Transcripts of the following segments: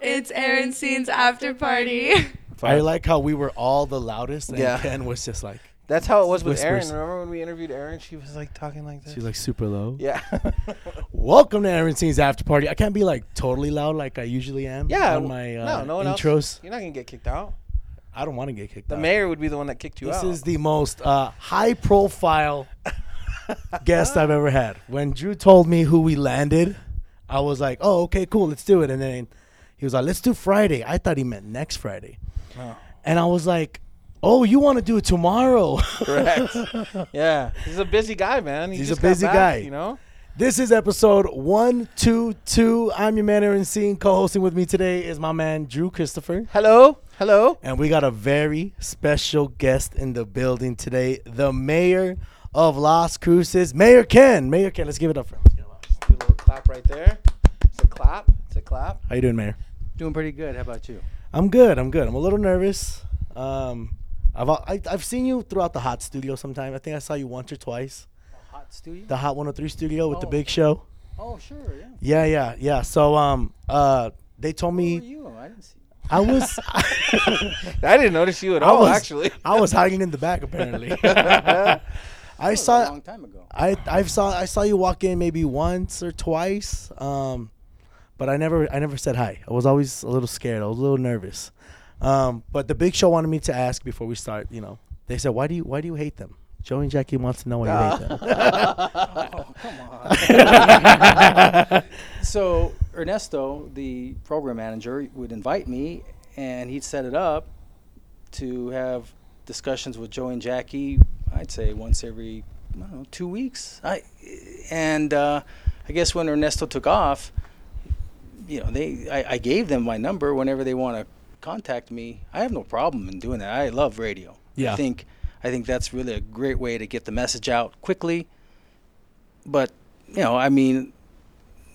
It's Aaron Scene's after party. I like how we were all the loudest, and Yeah. Ken was just like That's how it was with Whispers. Erin. Remember when we interviewed Erin? She was like talking like this. she's like super low. yeah, Welcome to Aaron Scene's after party. I can't be like totally loud like I usually am. yeah. On my uh, no, no one intros, Else. You're not gonna get kicked out. I don't want to get kicked The out. mayor would be the one that kicked you this out. is the most uh, high-profile guest I've ever had. When Drew told me who we landed, I was like, "Oh, okay, cool, let's do it." And then he was like, "Let's do Friday." I thought he meant next Friday, Oh. and I was like, "Oh, you want to do it tomorrow?" correct. yeah, he's a busy guy, man. He He's a just got busy back, guy. You know. This is episode 122. I'm your man, Aaron Scene. Co hosting with me today is my man, Drew Christopher. Hello, hello. And we got a very special guest in the building today the mayor of Las Cruces, Mayor Ken. Mayor Ken, let's give it up for him. Do a little clap right there. It's a clap. It's a clap. How you doing, Mayor? Doing pretty good. How about you? I'm good. I'm good. I'm a little nervous. Um, I've, al- I, I've seen you throughout the Hot Studio sometime. I think I saw you once or twice. Hot studio? The Hot 103 Studio with the Oh. Big Show. Oh, sure, yeah. Yeah, yeah, yeah. So um, uh, they told Who are me you? I didn't see you. I was. I didn't notice you at I all, was- actually. I was hiding in the back apparently. I That was a saw long time ago. I I saw I saw you walk in maybe once or twice. Um but I never I never said hi. I was always a little scared. I was a little nervous. Um but the big show wanted me to ask before we start, you know. They said, "Why do you why do you hate them?" Joey and Jackie wants to know why you hate them. Oh, come on. so Ernesto, the program manager, would invite me, and he'd set it up to have discussions with Joe and Jackie. I'd say once every I don't know two weeks. I and uh, I guess when Ernesto took off, you know, they I, I gave them my number whenever they want to contact me. I have no problem in doing that. I love radio. Yeah. I think I think that's really a great way to get the message out quickly. But you know, I mean,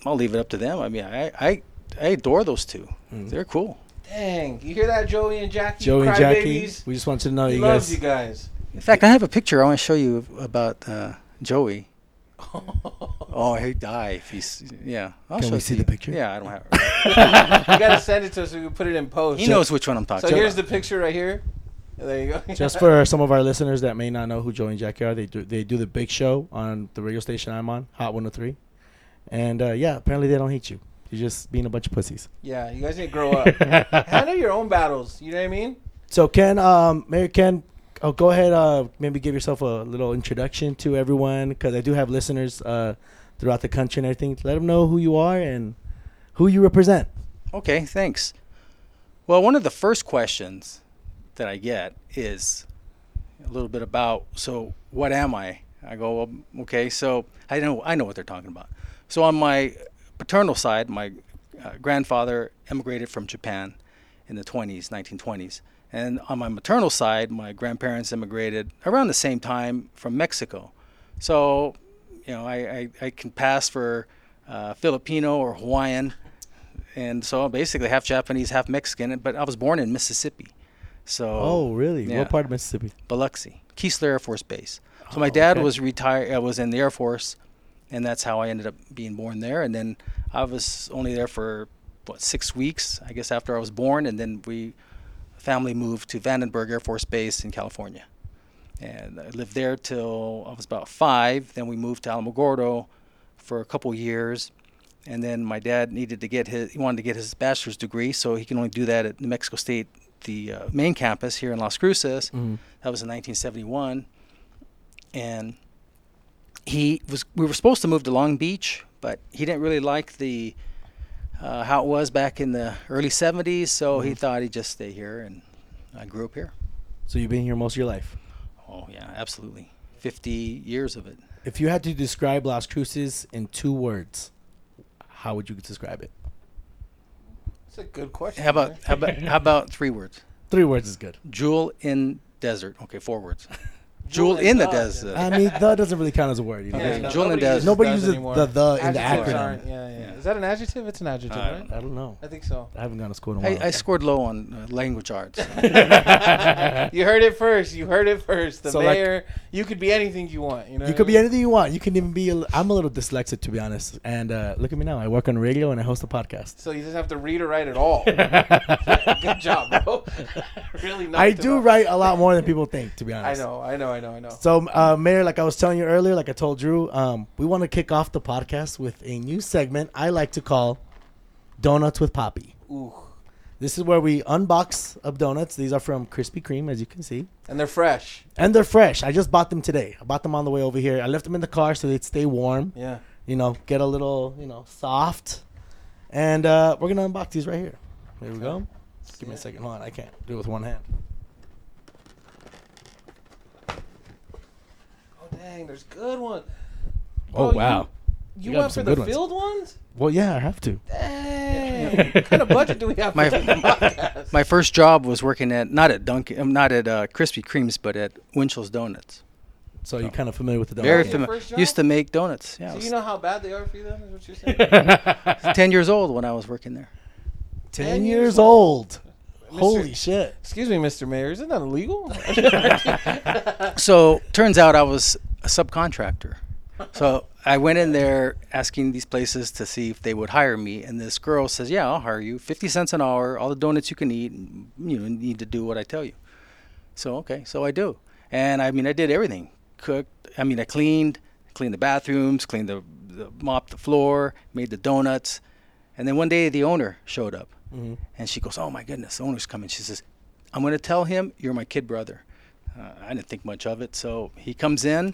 I'll leave it up to them. I mean, I I, I adore those 2 Mm. they They're cool. Dang, you hear that, Joey and Jackie? Joey and Jackie, crybabies? we just want you to know He you loves guys. you guys. In fact, I have a picture I want to show you about uh, Joey. you Oh, he'd die if he's yeah. I'll Can show we it to see the you. picture? Yeah, I don't have. It. gotta send it to us so we can put it in post. He knows which one I'm talking So here's about. the picture right here. There you go. Just for some of our listeners that may not know who Joey and Jackie are, they do they do the big show on the radio station I'm on, Hot 103. And uh, yeah, apparently they don't hate you. You're just being a bunch of pussies. yeah, you guys need to grow up. Handle your own battles. You know what I mean? So Ken, um, Mayor Ken, oh, go ahead. Uh, maybe give yourself a little introduction to everyone because I do have listeners uh, throughout the country and everything. Let them know who you are and who you represent. Okay, thanks. Well, one of the first questions that I get is a little bit about so what am I? I go, well, okay, so I know I know what they're talking about. So on my paternal side, my uh, grandfather emigrated from Japan in the 20s, 1920s. And on my maternal side, my grandparents immigrated around the same time from Mexico. So, you know, I, I, I can pass for uh, Filipino or Hawaiian and so I'm basically half Japanese, half Mexican. But I was born in Mississippi, so Oh, really? yeah. What part of Mississippi? Biloxi, Keesler Air Force Base. So my dad okay. was retired, uh, was in the Air Force, and that's how I ended up being born there. And then I was only there for what six weeks, I guess, after I was born, and then we family moved to Vandenberg Air Force Base in California, and I lived there till I was about five. Then we moved to Alamogordo for a couple years. And then my dad needed to get his, he wanted to get his bachelor's degree, so he can only do that at New Mexico State, the uh, main campus here in Las Cruces. That was in 1971, and he was. We were supposed to move to Long Beach, but he didn't really like the uh, how it was back in the early 70s, so he thought he'd just stay here. And I grew up here. So you've been here most of your life. Oh yeah, absolutely, 50 years of it. If you had to describe Las Cruces in two words, how would you describe it? That's a good question. How about how about how about three words? Three words is good. Jewel in desert. Okay, four words. Jewel in the desert. I mean, the doesn't really count as a word. You know? Okay, Yeah. Jewel in the Nobody desert. uses Nobody does uses anymore. the the in the Adjectives acronym. aren't- Yeah, yeah. Yeah. Uh, Is that an adjective? It's an adjective, I right? I don't know. I think so. I haven't gone to school in a I, while. I scored low on uh, language arts. you heard it first. You heard it first. The So, like- mayor. you could be anything you want. You know. you could be anything you want. You can even be. A, li- I'm a little dyslexic, to be honest. And uh, look at me now. I work on radio and I host a podcast. So you just have to read or write at all. Good job, bro. really. I knocked it do off. write a lot more than people think, to be I honest. know. I know. I know. I know. So, uh, Mayor, like I was telling you earlier, like I told Drew, um, we want to kick off the podcast with a new segment I like to call Donuts with Poppy. Ooh. This is where we unbox of donuts. These are from Krispy Kreme, as you can see. And they're fresh. And they're fresh. I just bought them today. I bought them on the way over here. I left them in the car so they'd stay warm, Yeah. you know, get a little, you know, soft. And uh, we're going to unbox these right here. There we go. Give me a second. Hold on. I can't do it with one hand. Oh dang, there's good one. Oh, you- wow. You, You got went for some the good ones. filled ones? Well, yeah, I have to. Dang. what kind of budget do we have My- for that podcast? My first job was working at not at Dunkin', um, not at uh, Krispy Kreme's, but at Winchell's Donuts. So Oh. you're kind of familiar with the donuts. Very your familiar. first job? Used to make donuts. Yeah, I so was you know how bad they are for you then, is what you're saying? ten years old when I was working there. 10, 10 years, years old. Mr. Holy shit. Excuse me, Mr. Mayor, isn't that illegal? So turns out I was a subcontractor. So I went in there asking these places to see if they would hire me, and this girl says, "Yeah, I'll hire you. Fifty cents an hour, all the donuts you can eat. And you know, you need to do what I tell you." So okay, so I do, and I mean, I did everything. Cooked. I mean, I cleaned, cleaned the bathrooms, cleaned the, the mopped the floor, made the donuts, and then one day the owner showed up, and she goes, "Oh my goodness, the owner's coming." She says, "I'm going to tell him you're my kid brother." Uh, I didn't think much of it, so he comes in,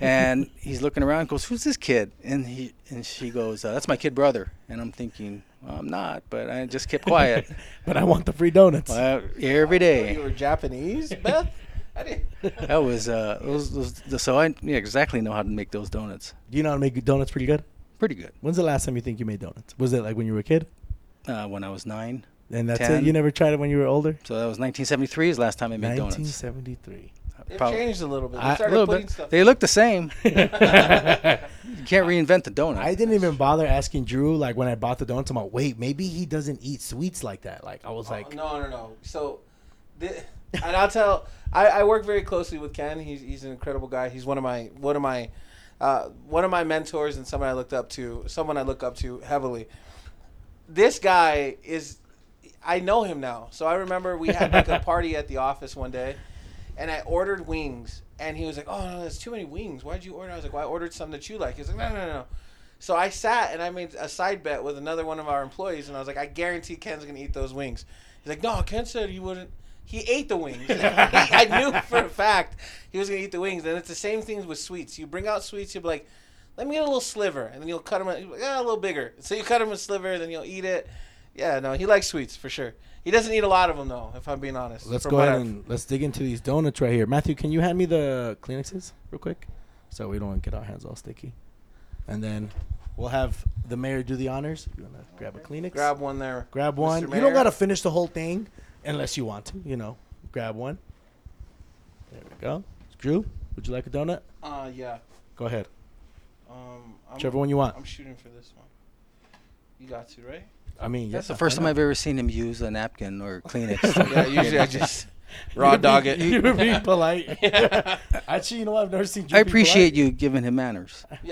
and he's looking around. Goes, "Who's this kid?" And he and she goes, uh, "That's my kid brother." And I'm thinking, well, "I'm not," but I just kept quiet. But I want the free donuts. Well, every Oh, you day. were Japanese, Beth? I didn't. That was uh, those, those, the, so I yeah, exactly know how to make those donuts. Do you know how to make donuts pretty good? Pretty good. When's the last time you think you made donuts? Was it like when you were a kid? Uh, when I was nine, And that's Ten. it? You never tried it when you were older? so that was 1973 is the last time I made donuts. 1973. They've Probably- changed a little bit. They I- a started little putting bit. stuff. They look the same. you can't reinvent the donut. I didn't even bother asking Drew, like, when I bought the donuts, I'm like, wait, maybe he doesn't eat sweets like that. Like, I was Oh, like, no, no, no. So, the, and I'll tell. I, I work very closely with Ken. He's he's an incredible guy. He's one of my one of my uh, one of my mentors and someone I looked up to. Someone I look up to heavily. This guy is. I know him now. So I remember we had like a party at the office one day, and I ordered wings, and he was like, "Oh no, that's too many wings. Why'd you order?" I was like, "Well, I ordered some that you like." He's like, "No, no, no, no." So I sat and I made a side bet with another one of our employees, and I was like, I guarantee Ken's gonna eat those wings. He's like, No, Ken said he wouldn't. He ate the wings. I knew for a fact he was gonna eat the wings, and it's the same things with sweets. You bring out sweets, you'll be like, Let me get a little sliver, and then you'll cut them like, yeah, a little bigger. So you cut him a sliver, and then you'll eat it. Yeah, no, he likes sweets for sure. He doesn't eat a lot of them though, if I'm being honest. let's from go what ahead I've- and let's dig into these donuts right here. Matthew, can you hand me the Kleenexes real quick? So we don't get our hands all sticky. And then we'll have the mayor do the honors. You want to grab a Kleenex? grab one there. Grab Mr. one. You Mayor. don't gotta finish the whole thing unless you want to. You know, grab one. There we go. Drew, would you like a donut? Uh, yeah. Go ahead. Um, I'm, Whichever one you want. I'm shooting for this one. You got to, right? I mean, That's yeah, the first why time not? I've ever seen him use a napkin or Kleenex. yeah, usually I just raw dog it. You were being polite. Actually, you know what? I've never seen. Drew I be appreciate polite. you giving him manners.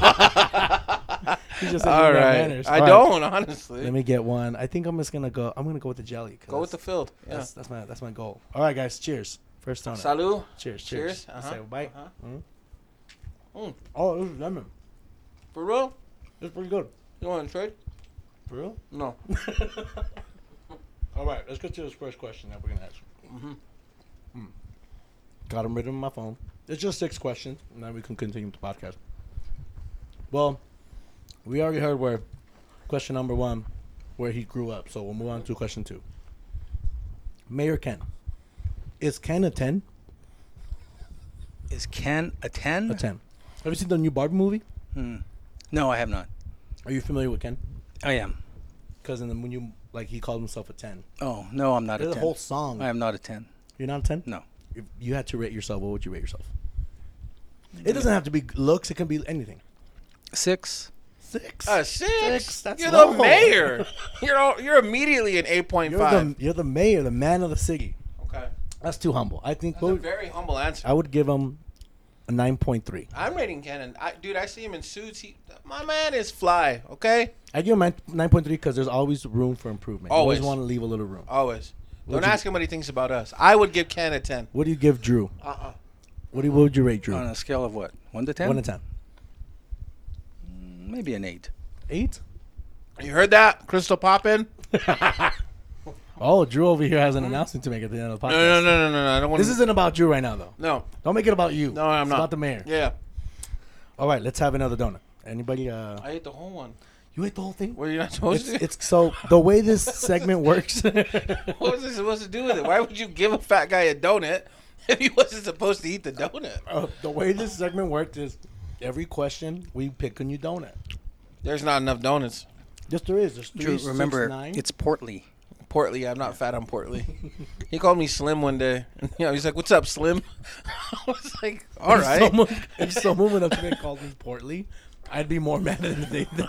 yeah. He just said All you got right. manners. I All right. don't, honestly. Let me get one. I think I'm just gonna go. I'm gonna go with the jelly. 'cause Go with the that's- field. Yeah. That's, that's my that's my goal. All right, guys. Cheers. First donut. Salud. Cheers. Cheers. Cheers. Let's Say a bite. uh-huh. Mhm. Mm. Oh, this is lemon. For real? It's pretty good. You want to trade? For real. No. All right, let's get to this first question that we're gonna ask. Mhm. Mm. Got them written on my phone. It's just six questions, and then we can continue with the podcast. Well, we already heard where question number one, where he grew up. So we'll move on to question two. Mayor Ken, is Ken a ten? Is Ken a ten? A ten? Have you seen the new Barbie movie? Hmm. No, I have not. Are you familiar with Ken? I am. Because in the new, like he called himself a ten. Oh no, I'm not There's a a ten. whole song. I am not a ten. You're not a ten. No. if you had to rate yourself, what would you rate yourself? It doesn't have to be looks. It can be anything. Six. Six. A 6 Six, that's Uh, you're low. the mayor. You're all, you're immediately an eight point you're five. the you're the mayor, the man of the city. okay, That's too humble. I think that's a what- very humble answer. I would give him a nine point three. I'm rating Cannon. I, dude, I see him in suits. He, my man is fly. Okay, I give him nine point three because there's always room for improvement. Always. You always want to leave a little room. always. Don't Would you- ask him what he thinks about us. I would give Ken a ten. What do you give Drew? Uh uh What do you, what would you rate Drew? On a scale of what? One to ten? One to ten. Maybe an eight. Eight. You heard that? Crystal poppin'? Oh, Drew over here has an announcement to make at the end of the podcast. No, no, no, no, no, no. I don't want This isn't about Drew right now, though. no, Don't make it about you. no. I'm it's not About the mayor. Yeah, All right, let's have another donut. Anybody? Uh, I ate the whole one. you ate the whole thing. Were you not supposed It's, to? it's so the way this segment works. what was it supposed to do with it? Why would you give a fat guy a donut if he wasn't supposed to eat the donut? Uh, the way this segment worked is every question we pick a new donut. There's not enough donuts. Yes, there is. There's three, Drew, remember, six, nine. it's portly. Portly, I'm not fat. I'm portly. he called me Slim one day. You know, he's like, "What's up, Slim?" I was like, "All If right." Someone, if someone went up to me and called me Portly, I'd be more mad than they. Than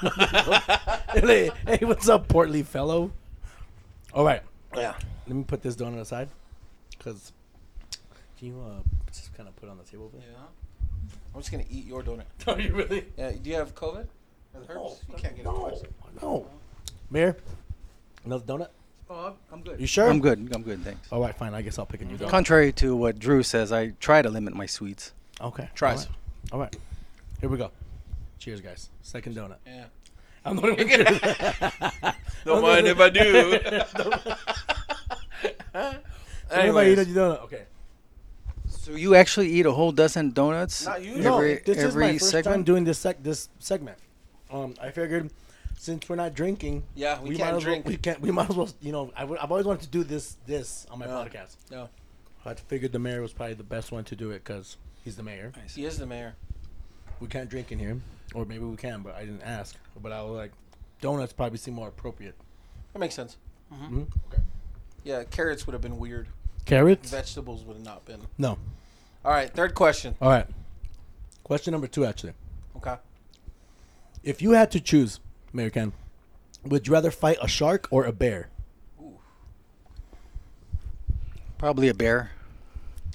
hey, hey, what's up, Portly fellow? All right, yeah. let me put this donut aside, cause can you uh, just kind of put it on the table? Yeah. I'm just gonna eat your donut. Yeah. Are you really? Yeah. Do you have COVID? Or the herpes? you can't get it No, twice. no. Mayor, another donut. Oh, I'm You good. sure? Oh, I'm good. I'm good. Thanks. All right, fine. I guess I'll pick a new donut. Contrary to what Drew says, I try to limit my sweets. Okay. Tries. All right. All right. Here we go. Cheers, guys. Second donut. Yeah. I'm the one who cheers. Don't mind if I do. Anybody eat a Anyways, donut? Okay. So you actually eat a whole dozen donuts Not usually. No, every this is every my first segment? time doing this sec- this segment. Um, I figured since we're not drinking, Yeah, we might can't as well- drink. we can't. We might as well. You know, i w- I've always wanted to do this this on my Yeah. podcast. no, I figured the mayor was probably the best one to do it because he's the mayor. he is the mayor. We can't drink in here, or maybe we can, but I didn't ask. But I was like, donuts probably seem more appropriate. That makes sense. Mhm. Okay. Yeah, carrots would have been weird. Carrots? Vegetables would have not been. No. All right, third question. All right. Question number two, actually. Okay. If you had to choose, Mayor Ken, would you rather fight a shark or a bear? Probably a bear,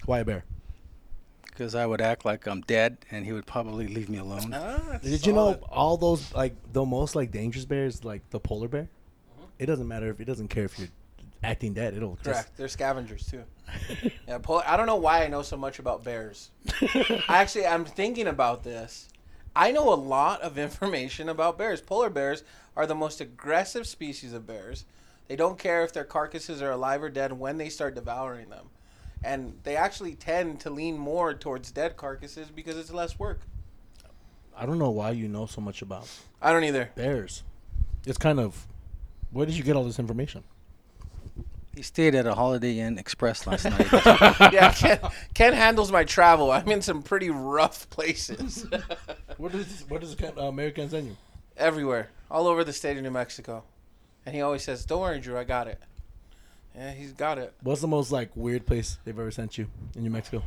Why a bear? because I would act like I'm dead, and he would probably leave me alone. Uh-huh. Did you know all those like the most like dangerous bears like the polar bear? It doesn't matter if it doesn't care if you're acting dead. It'll Correct. They're scavengers too. yeah, pol- I don't know why I know so much about bears. Actually, I'm thinking about this. I know a lot of information about bears. Polar bears are the most aggressive species of bears. They don't care if their carcasses are alive or dead when they start devouring them. And they actually tend to lean more towards dead carcasses because it's less work. just. I don't know why you know so much about I don't either. bears. It's kind of. Where did you get all this information? He stayed at a Holiday Inn Express last night. yeah, Ken, Ken handles my travel. I'm in some pretty rough places. What does what does uh, Mayor Ken send you? everywhere, all over the state of New Mexico. And he always says, "Don't worry, Drew, I got it." Yeah, he's got it. What's the most like weird place they've ever sent you in New Mexico?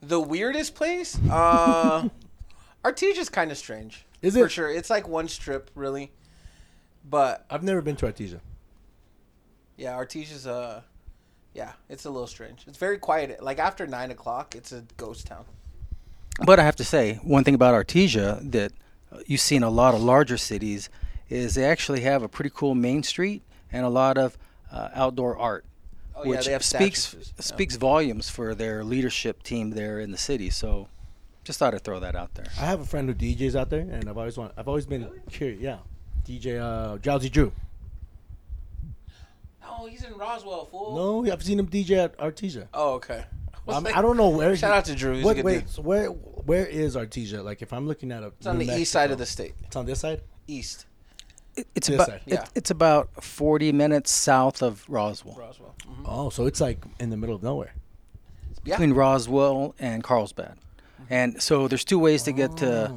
The weirdest place, uh, Artesia's kind of strange. Is for it? sure? It's like one strip, really. But I've never been to Artesia. yeah, Artesia's uh, yeah, it's a little strange. It's very quiet. Like after nine o'clock, it's a ghost town. But I have to say, one thing about Artesia that uh, you see in a lot of larger cities is they actually have a pretty cool main street and a lot of uh, outdoor art, Oh, yeah, which they have speaks statues, yeah. speaks volumes for their leadership team there in the city. So, just thought I'd throw that out there. I have a friend who DJs out there, and I've always want. I've always been curious. Yeah, DJ uh, Drowsy Drew. Oh, he's in Roswell, fool. No, I've seen him DJ at Artesia. Oh, okay. was I'm- like- I don't know where. Shout out to Drew. He's a What- good wait, dude. so where where is Artesia? Like, if I'm looking at a, It's on the east side of the state. It's on this side. East It, it's This about side. it- Yeah. it's about 40 minutes south of Roswell, Roswell. Oh, so it's like in the middle of nowhere. Yeah. between Roswell and Carlsbad. And so there's two ways to get to.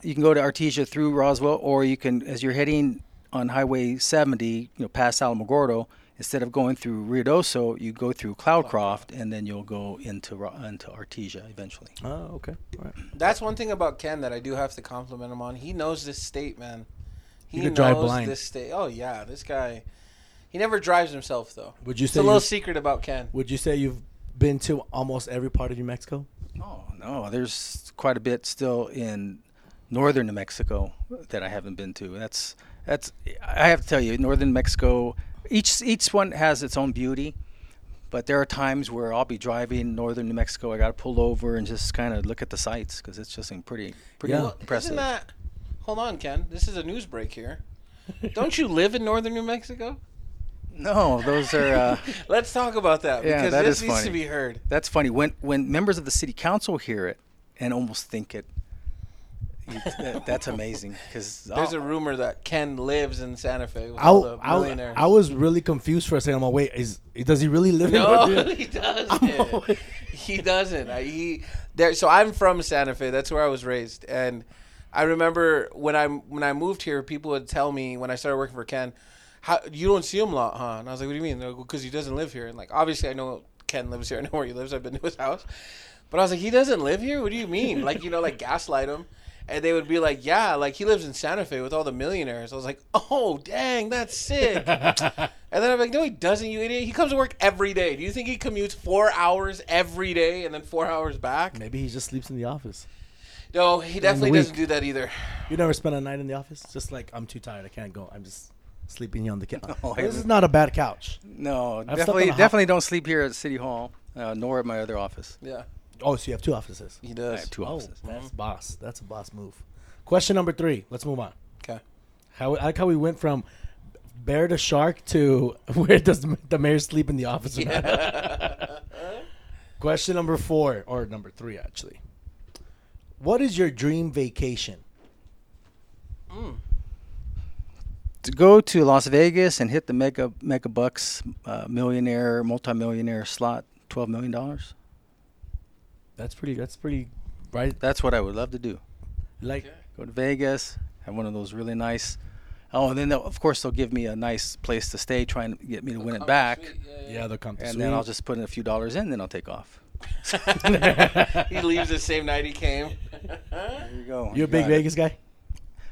You can go to Artesia through Roswell, or you can, as you're heading on Highway 70, you know, past Alamogordo, instead of going through Ruidoso, you go through Cloudcroft, and then you'll go into Ro- into Artesia eventually. Oh, okay. All right. That's one thing about Ken that I do have to compliment him on. He knows this state, man. He You could knows drive blind. this state. Oh yeah, this guy. He never drives himself though. Would you It's say a little you- secret about Ken. Would you say you've been to almost every part of New Mexico? Oh no, there's quite a bit still in northern New Mexico that I haven't been to. That's that's I have to tell you, northern Mexico. Each each one has its own beauty, but there are times where I'll be driving northern New Mexico. I got to pull over and just kind of look at the sights because it's just in pretty pretty Yeah. Well, impressive. Isn't that? Hold on, Ken. This is a news break here. Don't you live in northern New Mexico? no, those are. Uh, Let's talk about that Yeah, because that this is needs to funny. be heard. That's funny. When when members of the city council hear it and almost think it, you, that, that's amazing. Because Oh. There's a rumor that Ken lives in Santa Fe with I, all the I, millionaires. I was really confused for a second. I'm like, wait, is does he really live in? no, Madrid? he doesn't. always- he doesn't. I, he there. So I'm from Santa Fe. That's where I was raised, and I remember when I when I moved here, people would tell me when I started working for Ken, "How you don't see him a lot, huh?" And I was like, "What do you mean?" Because he doesn't live here. And like, obviously, I know Ken lives here. I know where he lives. I've been to his house, but I was like, "He doesn't live here. What do you mean?" Like, you know, like gaslight him. And they would be like, "Yeah, like he lives in Santa Fe with all the millionaires." I was like, "Oh, dang, that's sick." And then I'm like, no, he doesn't, you idiot. He comes to work every day. Do you think he commutes four hours every day and then four hours back? Maybe he just sleeps in the office. No, he definitely week. doesn't do that either. You never spent a night in the office? Just like I'm too tired, I can't go. I'm just sleeping here on the couch. No, I this is haven't. not a bad couch. no, slept definitely on a hot- definitely don't sleep here at City Hall, uh, nor at my other office. Yeah, Oh, so you have two offices. Oh, he I have does. two offices. That's Mm-hmm. boss. That's a boss move. Question number three. Let's move on. Okay. How I like how we went from bear to shark to where does the mayor sleep in the office? Or not. Question number four or number three actually. What is your dream vacation? To go to Las Vegas and hit the mega mega bucks, uh, millionaire, multimillionaire slot, twelve million dollars. That's pretty. That's pretty. Right. That's what I would love to do. Like Go to Vegas, have one of those really nice. Oh, and then they'll, of course they'll give me a nice place to stay, trying to get me to win it back. yeah, they'll come to and suite. then I'll just put in a few dollars in, then I'll take off. he leaves the same night he came. There you go. You a big got it. Vegas guy?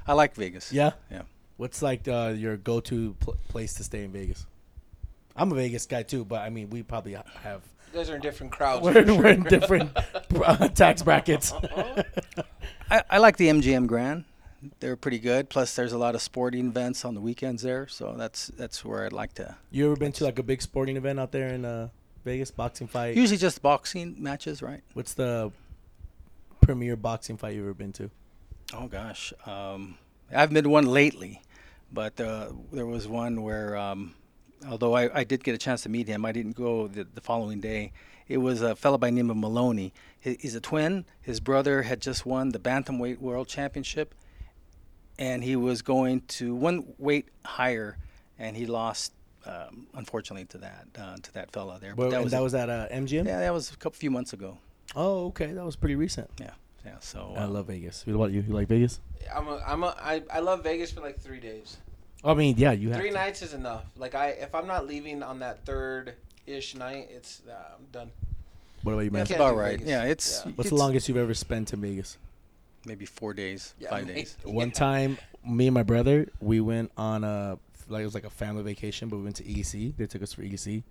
I like Vegas. Yeah. Yeah. What's like uh, your go-to pl- place to stay in Vegas? I'm a Vegas guy too, but I mean, we probably ha- have you guys are in different crowds. we're, for we're in sure. different uh, tax brackets. I, I like the MGM Grand. They're pretty good. Plus, there's a lot of sporting events on the weekends there, so that's that's where I'd like to. you ever been to like a big sporting event out there in uh, Vegas? Boxing fight. Usually, just boxing matches, right? What's the premier boxing fight you've ever been to? Oh gosh, um, I've been to one lately, but uh, there was one where, um, although I, I did get a chance to meet him, I didn't go the, the following day. It was a fellow by the name of Maloney. He, he's a twin. His brother had just won the bantamweight world championship, and he was going to one weight higher, and he lost, um, unfortunately, to that uh, to that fella there. Where, that and was, that was at uh, MGM. yeah, that was a couple few months ago. Oh, okay, that was pretty recent. Yeah, yeah. So I uh, love Vegas. What about you? You like Vegas? I'm a, I'm a, I, I love Vegas for like three days. I mean, yeah, you have. Three to. nights is enough. Like I, if I'm not leaving on that third ish night, it's uh, I'm done. What about you, man? can't about do right. Vegas. Yeah, it's Yeah. What's the it's- longest you've ever spent in Vegas? maybe four days, Yeah, five maybe. days. One time, me and my brother, we went on a like it was like a family vacation, but we went to EC. They took us for EC,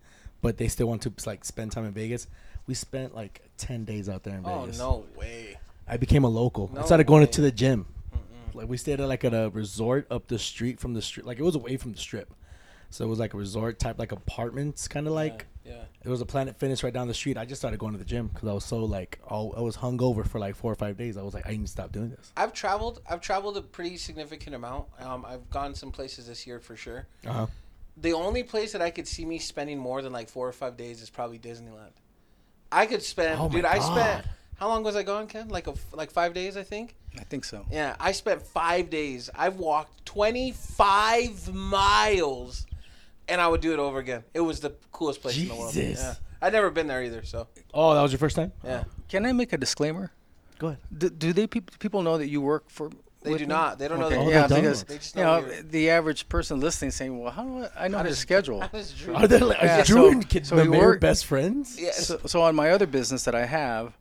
but they still want to like spend time in Vegas. We spent like ten days out there in Oh Vegas. no way. I became a local. No I started going way. to the gym. Like we stayed at like at a resort up the street from the street. Like it was away from the strip, so it was like a resort type, like apartments, kind of like. Yeah. It was a Planet Fitness right down the street. I just started going to the gym because I was so like, all, I was hungover for like four or five days. I was like, I need to stop doing this. I've traveled. I've traveled a pretty significant amount. Um, I've gone some places this year for sure. Uh huh. The only place that I could see me spending more than like four or five days is probably Disneyland. I could spend, Oh my dude. I spent. God. How long was I gone, Ken? Like a f like five days, I think. I think so. Yeah, I spent five days. I've walked twenty five miles, and I would do it over again. It was the coolest place in the world. Jesus. Yeah. I'd never been there either, so Oh, that was your first time. yeah. Can I make a disclaimer? Go ahead. Do, do they peop people know that you work for They with do me? not. They don't know. Okay, Their Oh, they yeah, yeah, don't because They just you know know you. the average person listening saying, "Well, how do I, I know how to schedule?" Oh, Are they like, Yeah, is Drew so- and Kid, so the we mayor work- best friends? yeah. So, so on my other business that I have,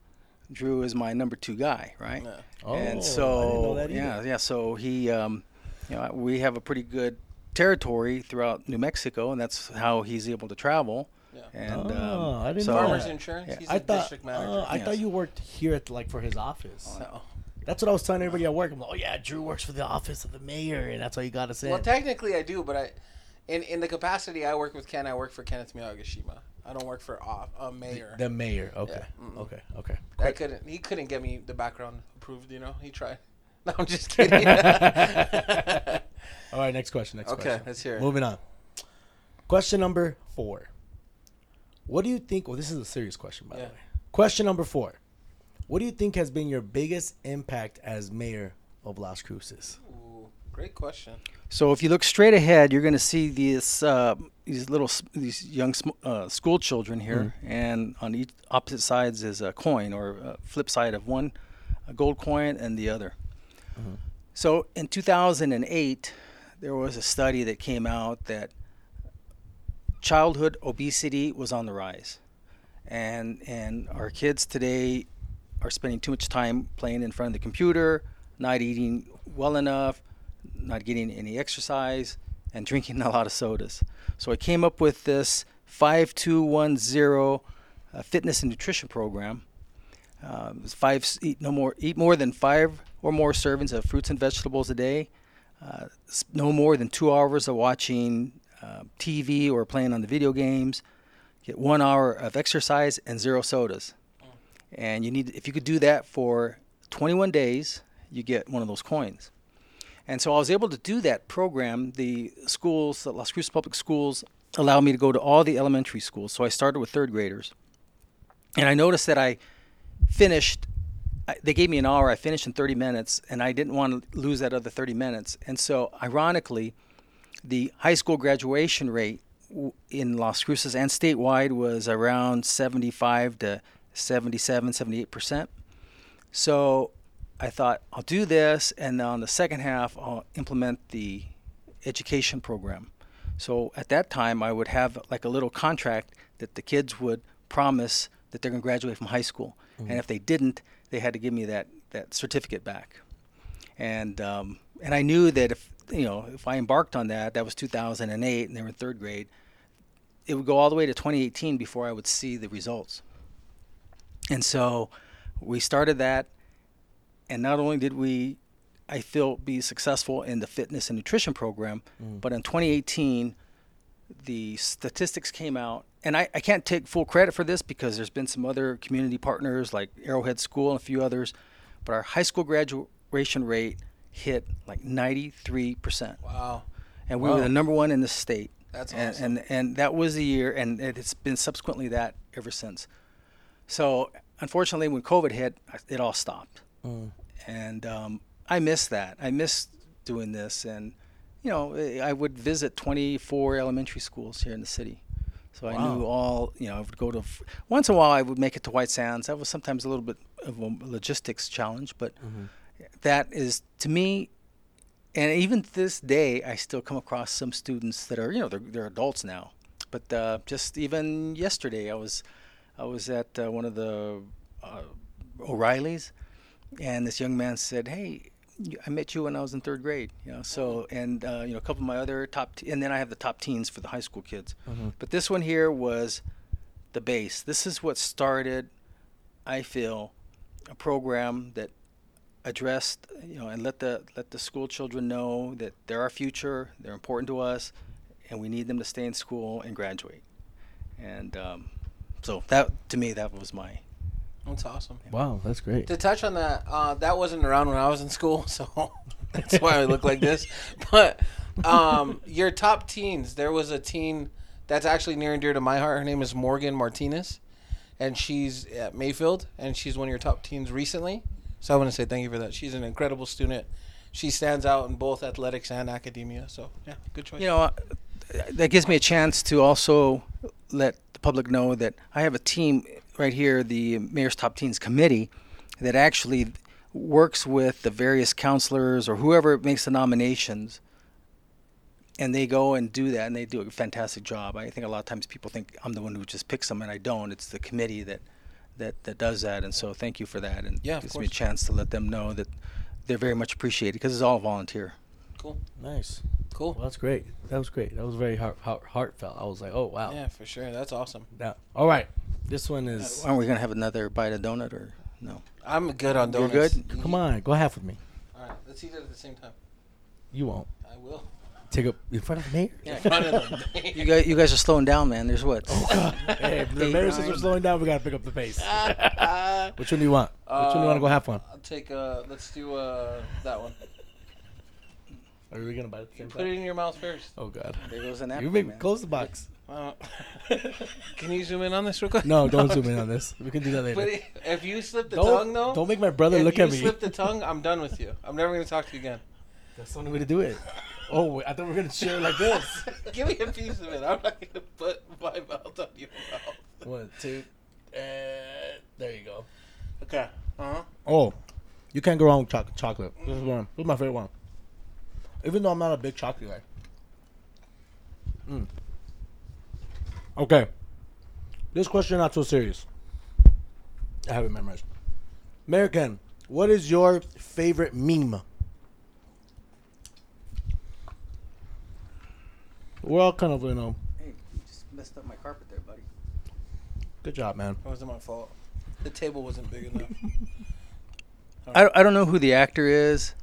Drew is my number two guy, right? Yeah. Oh, and so I didn't know that either. yeah, yeah. So he, um, you know, we have a pretty good territory throughout New Mexico, and that's how he's able to travel. Yeah. And Oh, um, I didn't so, know Farmers that. insurance. Yeah. He's I a thought district manager. uh, I Yes. Oh, thought you worked here at like for his office. no. That's what I was telling everybody at work. I'm like, oh yeah, Drew works for the office of the mayor, and that's why you got us in. Well, technically, I do, but I, in in the capacity I work with Ken, I work for Kenneth Miyagashima. I don't work for off, a mayor. the mayor. Okay. Yeah. Mm. Okay. Okay. I couldn't. He couldn't get me the background approved. You know, he tried. No, I'm just kidding. okay, All right. Next question. Next question. let's hear it. Moving on. Question number four. What do you think? Well, this is a serious question, by Yeah. the way. Question number four. What do you think has been your biggest impact as mayor of Las Cruces? Ooh, great question. so if you look straight ahead, you're going to see these uh, these little s- these young sm- uh, school children here, and on each opposite sides is a coin or a flip side of one a gold coin and the other. So in 2008, there was a study that came out that childhood obesity was on the rise, and and our kids today are spending too much time playing in front of the computer, not eating well enough, not getting any exercise, and drinking a lot of sodas. So I came up with this 5210 uh, fitness and nutrition program um, five eat no more eat more than five or more servings of fruits and vegetables a day. Uh, s- no more than two hours of watching uh, TV or playing on the video games. Get one hour of exercise and zero sodas. And you need if you could do that for 21 days, you get one of those coins. And so I was able to do that program. The schools, the Las Cruces Public Schools, allowed me to go to all the elementary schools. So I started with third graders, and I noticed that I finished. I, they gave me an hour. I finished in 30 minutes, and I didn't want to lose that other 30 minutes. And so, ironically, the high school graduation rate w- in Las Cruces and statewide was around 75 to 77, 78 percent. So I thought I'll do this, and on the second half, I'll implement the education program. So at that time, I would have like a little contract that the kids would promise that they're going to graduate from high school, and if they didn't, they had to give me that that certificate back. And um, and I knew that if you know if I embarked on that, that was 2008, and they were in third grade. It would go all the way to 2018 before I would see the results. And so we started that. And not only did we, I feel, be successful in the fitness and nutrition program, but in 2018, the statistics came out. And I, I can't take full credit for this because there's been some other community partners like Arrowhead School and a few others. But our high school graduation rate hit like 93%. Wow. And we were the number one in the state. That's and, awesome. and and that was the year, and it, it's been subsequently that ever since. So unfortunately, when COVID hit, I- it all stopped, and um, I miss that. I miss doing this, and you know, I- I would visit 24 elementary schools here in the city. So I knew all, you know, I would go to, f- once in a while I would make it to White Sands. That was sometimes a little bit of a logistics challenge, but that is, to me, and even to this day, I still come across some students that are, you know, they're, they're adults now. But uh, just even yesterday, I was, I was at uh, one of the uh, O'Reillys, and this young man said, "Hey, you- I met you when I was in third grade." You know, so and uh, you know, a couple of my other top, te- and then I have the top teens for the high school kids. But this one here was the base. This is what started, I feel, a program that addressed, you know, and let the let the school children know that they're our future, they're important to us, and we need them to stay in school and graduate. And um, so that to me, that was my That's awesome. Wow, that's great. To touch on that, uh, that wasn't around when I was in school, so that's why I look like this. But um, your top teens, there was a teen that's actually near and dear to my heart. Her name is Morgan Martinez, and she's at Mayfield, and she's one of your top teens recently. So I want to say thank you for that. She's an incredible student. She stands out in both athletics and academia. So yeah, good choice. you know, uh, that gives me a chance to also let the public know that I have a team right here, the Mayor's Top Teens Committee, that actually works with the various counselors or whoever makes the nominations, and they go and do that, and they do a fantastic job. I think a lot of times people think I'm the one who just picks them, and I don't. It's the committee that that, that does that, and so thank you for that, and Yeah, of gives me a course. chance to let them know that they're very much appreciated because it's all volunteer. Cool. Nice. Well, Cool. that's great. That was great. That was very heart, heart, heartfelt. I was like, oh wow. Yeah, for sure. That's awesome. Now, all right. This one is. Aren't we gonna have another bite of donut or no? I'm good on You're donuts. good? Come on, go half with me. All right, let's eat it at the same time. You won't I will. take up in front of the mayor. Yeah, in front of them. You guys, you guys are slowing down, man. There's what? Hey, if the Eight, mayor says we're nine. slowing down. We gotta pick up the pace. Uh, Which one do you want? Which one do you want to go half on? I'll take. Uh, let's do uh, that one. Are we gonna buy the same Put it in your mouth first. Oh God! There goes an You napkin, make man. close the box. Uh, can you zoom in on this real quick? No, don't zoom in on this. We can do that But later. i- if you slip the Don't, tongue, though, don't make my brother if look you at me. slip the tongue, I'm done with you. I'm never gonna talk to you again. That's the only way to do it. Oh, wait, I thought we were gonna share like this. Give me a piece of it. I'm not gonna put my mouth on your mouth. One, two, and there you go. Okay. Uh huh. Oh, you can't go wrong with choc- chocolate. This is one. This is my favorite one. Even though I'm not a big chocolate guy. Mm. Okay. This question not so serious. I have it memorized. American, what is your favorite meme? We're all kind of, you know, Hey, you just messed up my carpet there, buddy. good job, man. It wasn't my fault. The table wasn't big enough. I, I don't know who the actor is,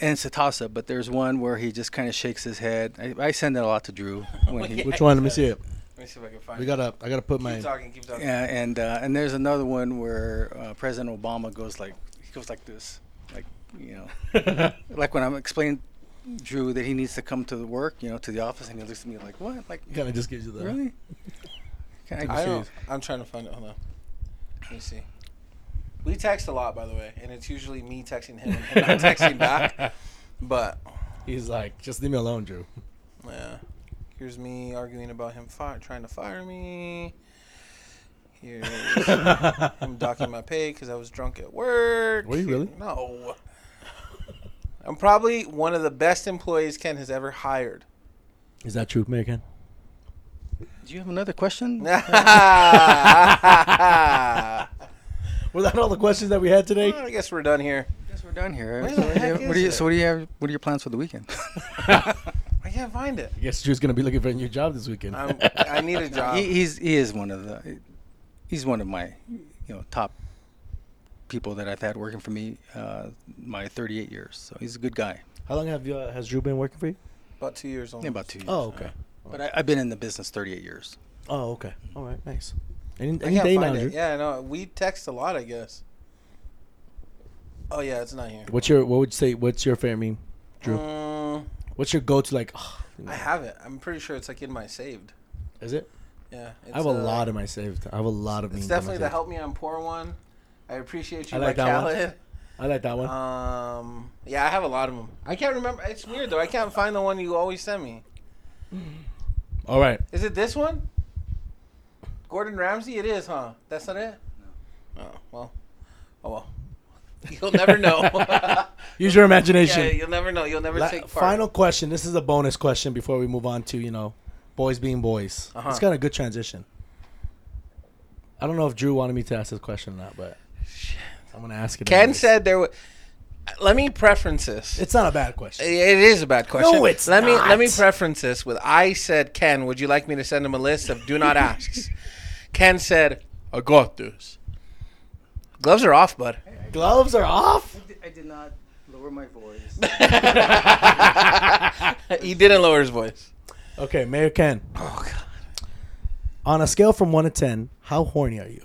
and it's a toss up. But there's one where he just kind of shakes his head. I, I send that a lot to Drew when he. Yeah. Which one? Let me see it. Let me see if I can find We it. gotta, I gotta put keep my. talking. Keep talking. Yeah, and uh, and there's another one where uh, President Obama goes like he goes like this, like you know, like when I'm explaining Drew that he needs to come to the work, you know, to the office, and he looks at me like, what, like Kind of just gives you the. really? Can I I, don't. I'm trying to find it. Hold on. Let me see. We text a lot, by the way, and it's usually me texting him and him not texting back. But He's like, just leave me alone, Drew. yeah, here's me arguing about him fire, trying to fire me. Here's him docking my pay because I was drunk at work. Were you really? No. I'm probably one of the best employees Ken has ever hired. Is that true, American? do you have another question? well, Was that all the questions that we had today? I guess we're done here. I guess we're done here. Where So the what do you- heck what do is you, it? so what do you have? What are your plans for the weekend? I can't find it. I guess Drew's gonna be looking for a new job this weekend. I'm, I need a job. he, he's he is one of the he's one of my you know top people that I've had working for me uh, my 38 years. So he's a good guy. How long have you, uh, has Drew been working for you? About two years old. Yeah, about two years. Uh, Oh, okay. But I, I've been in the business 38 years. Oh, okay. All right, nice. Any, Uh, I any can't day now, find Drew. it. Yeah, I know. We text a lot, I guess. Oh yeah, it's not here. What's your, what would you say? What's your favorite meme, Drew? Mm, What's your go-to? Like, oh, I have it. I'm pretty sure it's like in my saved. is it? Yeah, it's, I have a uh, lot of my saved. I have a lot of memes. It's on my definitely the saved. help me I'm poor one. I appreciate you I like by that one. Khaled. I like that one. Um, yeah, I have a lot of them. I can't remember. It's weird though. I can't find the one you always send me. all right. Is it this one? Gordon Ramsay. It is, huh? That's not it. No. Oh well. Oh well. You'll never know. Use your Yeah, imagination. you'll never know. You'll never La- take part. final question. This is a bonus question before we move on to you know, boys being boys. Uh-huh. It's kind of a good transition. I don't know if Drew wanted me to ask this question or not, but I'm gonna ask it. Ken anyways. said there. wa let me preference this. It's not a bad question. it is a bad question. it's let me let me not. preference this with I said, Ken, would you like me to send him a list of do not asks? Ken said, I got this. Gloves are off, bud. Gloves are off. I did not lower my voice. he didn't lower his voice. Okay, Mayor Ken. Oh God. On a scale from one to ten, how horny are you?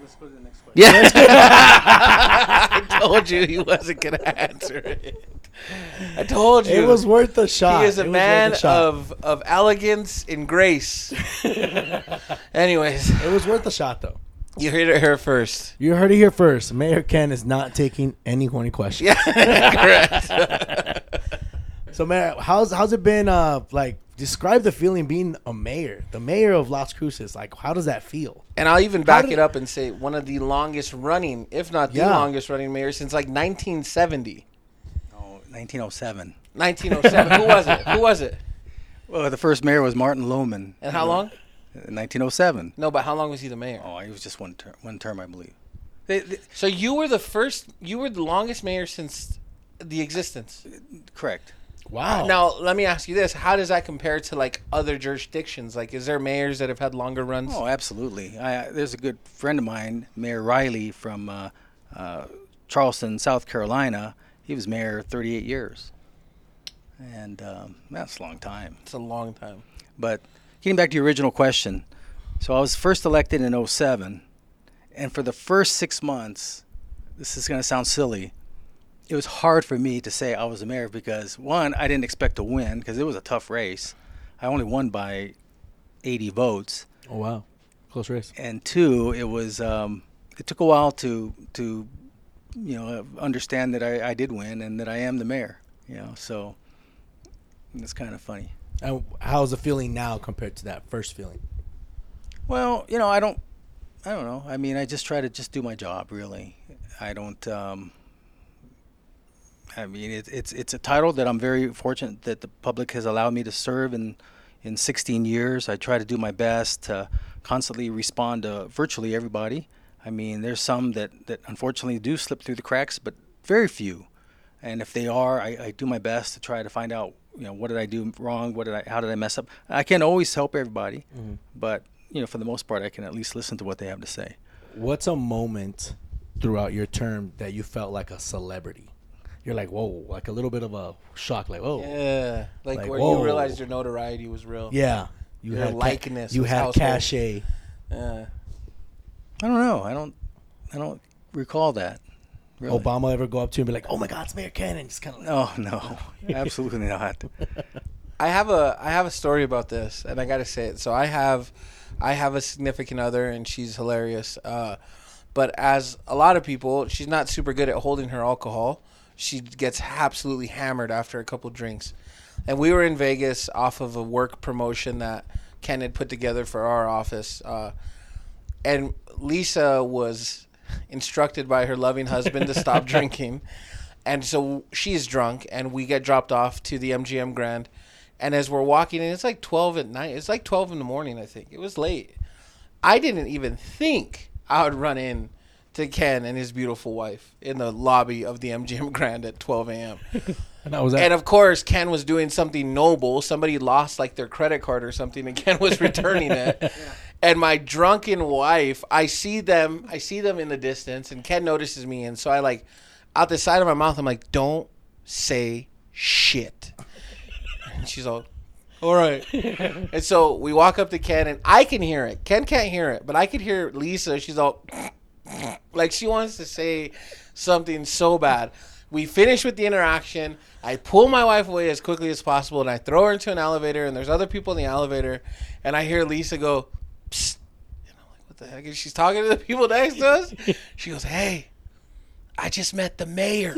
let's go to the next question. Yeah. I told you he wasn't gonna answer it. I told you It was worth a shot. He is a It was man worth a shot. of of elegance and grace. Anyways, It was worth a shot, though. you heard it here first. You heard it here first. Mayor Ken is not taking any horny questions. Yeah, correct. So, Mayor, how's how's it been? Uh, like, describe the feeling being a mayor, the mayor of Las Cruces. Like, how does that feel? And I'll even back did- it up and say one of the longest running, if not the Yeah. longest running mayor since like 1970. Oh, 1907. 1907. Who was it? Who was it? Well, the first mayor was Martin Lohman. Uh, And how long? In 1907. No, but how long was he the mayor? Oh, he was just one term, one term, I believe. They, they, So you were the first. You were the longest mayor since the existence. correct. Wow. Now let me ask you this: How does that compare to like other jurisdictions? Like, is there mayors that have had longer runs? Oh, absolutely. I, I- there's a good friend of mine, Mayor Riley from uh, uh, Charleston, South Carolina. He was mayor 38 years, and um, that's a long time. It's a long time. But getting back to your original question, so I was first elected in 07, and for the first six months, this is going to sound silly. It was hard for me to say I was the mayor because one, I didn't expect to win because it was a tough race. I only won by 80 votes Oh wow, close race. and two, it was um, it took a while to to you know understand that I, I did win and that I am the mayor. You know, so it's kind of funny. And how's the feeling now compared to that first feeling? Well, you know, I don't, I don't know. I mean, I just try to just do my job. Really, I don't. Um, I mean, it, it's it's a title that I'm very fortunate that the public has allowed me to serve in in 16 years. I try to do my best to constantly respond to virtually everybody. I mean, there's some that that unfortunately do slip through the cracks, but very few. And if they are, I, I do my best to try to find out, you know, what did I do wrong? What did I? How did I mess up? I can't always help everybody, but you know, for the most part, I can at least listen to what they have to say. What's a moment throughout your term that you felt like a celebrity? You're like whoa, like a little bit of a shock. Like whoa, Yeah, like, Like, where whoa. you realized your notoriety was real. Yeah. You Your ca- likeness you was had household. cachet. Yeah. I don't know. I don't. I don't recall that. Really. Obama ever go up to you and be like, "Oh my God, it's Mayor Cannon." Just kind of like, No, Oh, no, absolutely not. I have a I have a story about this, and I gotta say it. So I have, I have a significant other, and she's hilarious. Uh, but as a lot of people, she's not super good at holding her alcohol. She gets absolutely hammered after a couple drinks. And we were in Vegas off of a work promotion that Ken had put together for our office. Uh, and Lisa was instructed by her loving husband to stop drinking. And so she's drunk, and we get dropped off to the MGM Grand. And as we're walking in, it's like 12 at night. It's like 12 in the morning, I think. It was late. I didn't even think I would run in to Ken and his beautiful wife in the lobby of the MGM Grand at 12 a.m. and I was like, And of course, Ken was doing something noble. Somebody lost like their credit card or something, and Ken was returning it. And my drunken wife, I see them, I see them in the distance, and Ken notices me, and so I like, out the side of my mouth, I'm like, "Don't say shit." And she's all, "All right." and so we walk up to Ken, and I can hear it. Ken can't hear it, but I could hear Lisa. She's all. Like she wants to say something so bad. We finish with the interaction. I pull my wife away as quickly as possible and I throw her into an elevator and there's other people in the elevator and I hear Lisa go, Psst. And I'm like, what the heck? And she's talking to the people next to us. She goes, Hey, I just met the mayor.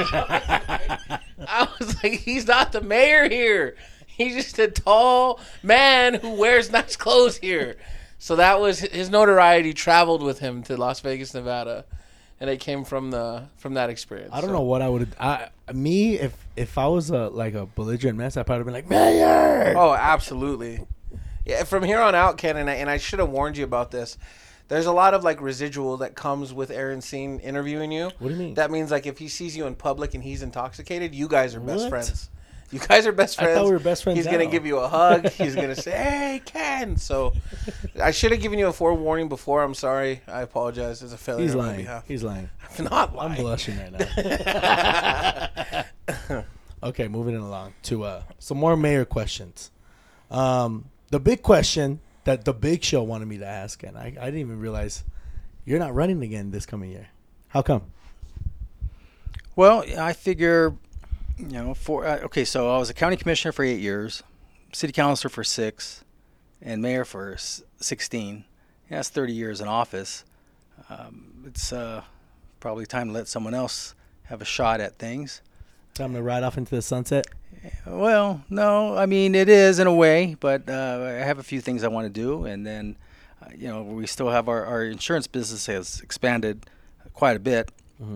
I was like, he's not the mayor here. He's just a tall man who wears nice clothes here. So that was his notoriety traveled with him to Las Vegas, Nevada, and it came from the from that experience. I don't So- know what I would. I me if if I was a like a belligerent mess, I'd probably been like mayor. Oh, absolutely. Yeah, from here on out, Ken, and I, and I should have warned you about this. There's a lot of like residual that comes with Aaron Seen interviewing you. What do you mean? That means like if he sees you in public and he's intoxicated, you guys are best What? friends. You guys are best I thought friends. we were best friends He's gonna now. give you a hug. He's gonna say, "Hey, Ken." So, I should have given you a forewarning before. I'm sorry. I apologize. It's a failure He's on my lying. behalf. He's lying. I'm not I'm lying. blushing right now. okay, moving it along to uh, some more mayor questions. Um, the big question that the Big Show wanted me to ask, and I, I didn't even realize you're not running again this coming year. How come? Well, I figure, you know, for uh, okay, so I was a county commissioner for eight years, city councilor for six, and mayor for s- sixteen. Yeah, that's thirty years in office. Um, it's uh, probably time to let someone else have a shot at things. Time to ride off into the sunset. Well, no, I mean it is in a way, but uh, I have a few things I want to do, and then uh, you know we still have our, our insurance business has expanded quite a bit,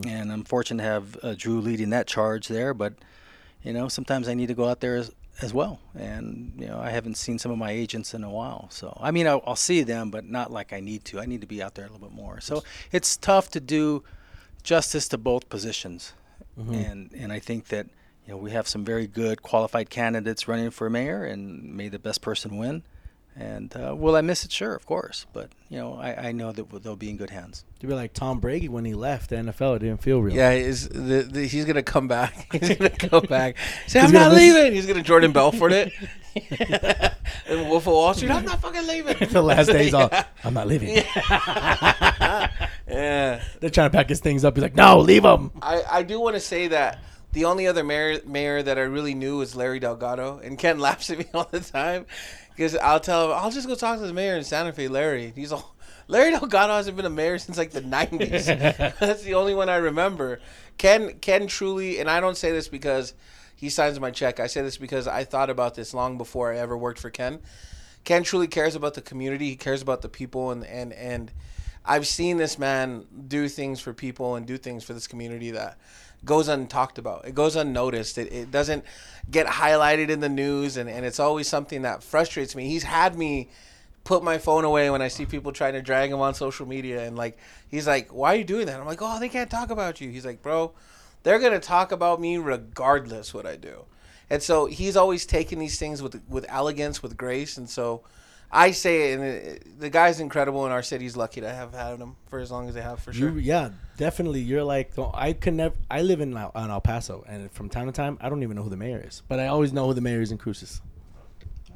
and I'm fortunate to have uh, Drew leading that charge there. But you know sometimes I need to go out there as, as well, and you know I haven't seen some of my agents in a while, so I mean I'll, I'll see them, but not like I need to. I need to be out there a little bit more. So it's tough to do justice to both positions. And and I think that you know we have some very good qualified candidates running for mayor, and may the best person win. And uh, will I miss it? Sure, of course. But you know I, I know that w- they'll be in good hands. To be like Tom Brady when he left the NFL, it didn't feel real. Yeah, is the, the, he's gonna come back. He's gonna come back. Say, I'm gonna not listen- leaving. He's gonna Jordan Belfort it. and Wolf of Wall Street. I'm not fucking leaving. the last days all. I'm not leaving. Yeah. They're trying to pack his things up. He's like, no, leave him. I, I do want to say that the only other mayor mayor that I really knew was Larry Delgado, and Ken laughs at me all the time because I'll tell him I'll just go talk to the mayor in Santa Fe, Larry. And He's all Larry Delgado hasn't been a mayor since like the nineties. That's the only one I remember. Ken Ken truly, and I don't say this because he signs my check. I say this because I thought about this long before I ever worked for Ken. Ken truly cares about the community. He cares about the people, and and and I've seen this man do things for people and do things for this community that goes untalked about. It goes unnoticed. It, it doesn't get highlighted in the news, and and it's always something that frustrates me. He's had me put my phone away when I see people trying to drag him on social media, and like he's like, "Why are you doing that?" I'm like, "Oh, they can't talk about you." He's like, "Bro." They're gonna talk about me regardless what I do. And so he's always taken these things with with elegance, with grace. And so I say, it, and it, the guy's incredible, and our city's lucky to have had him for as long as they have, for sure. You, yeah, definitely. You're like, no, I could never. I live in El, in El Paso, and from time to time, I don't even know who the mayor is, but I always know who the mayor is in Cruces.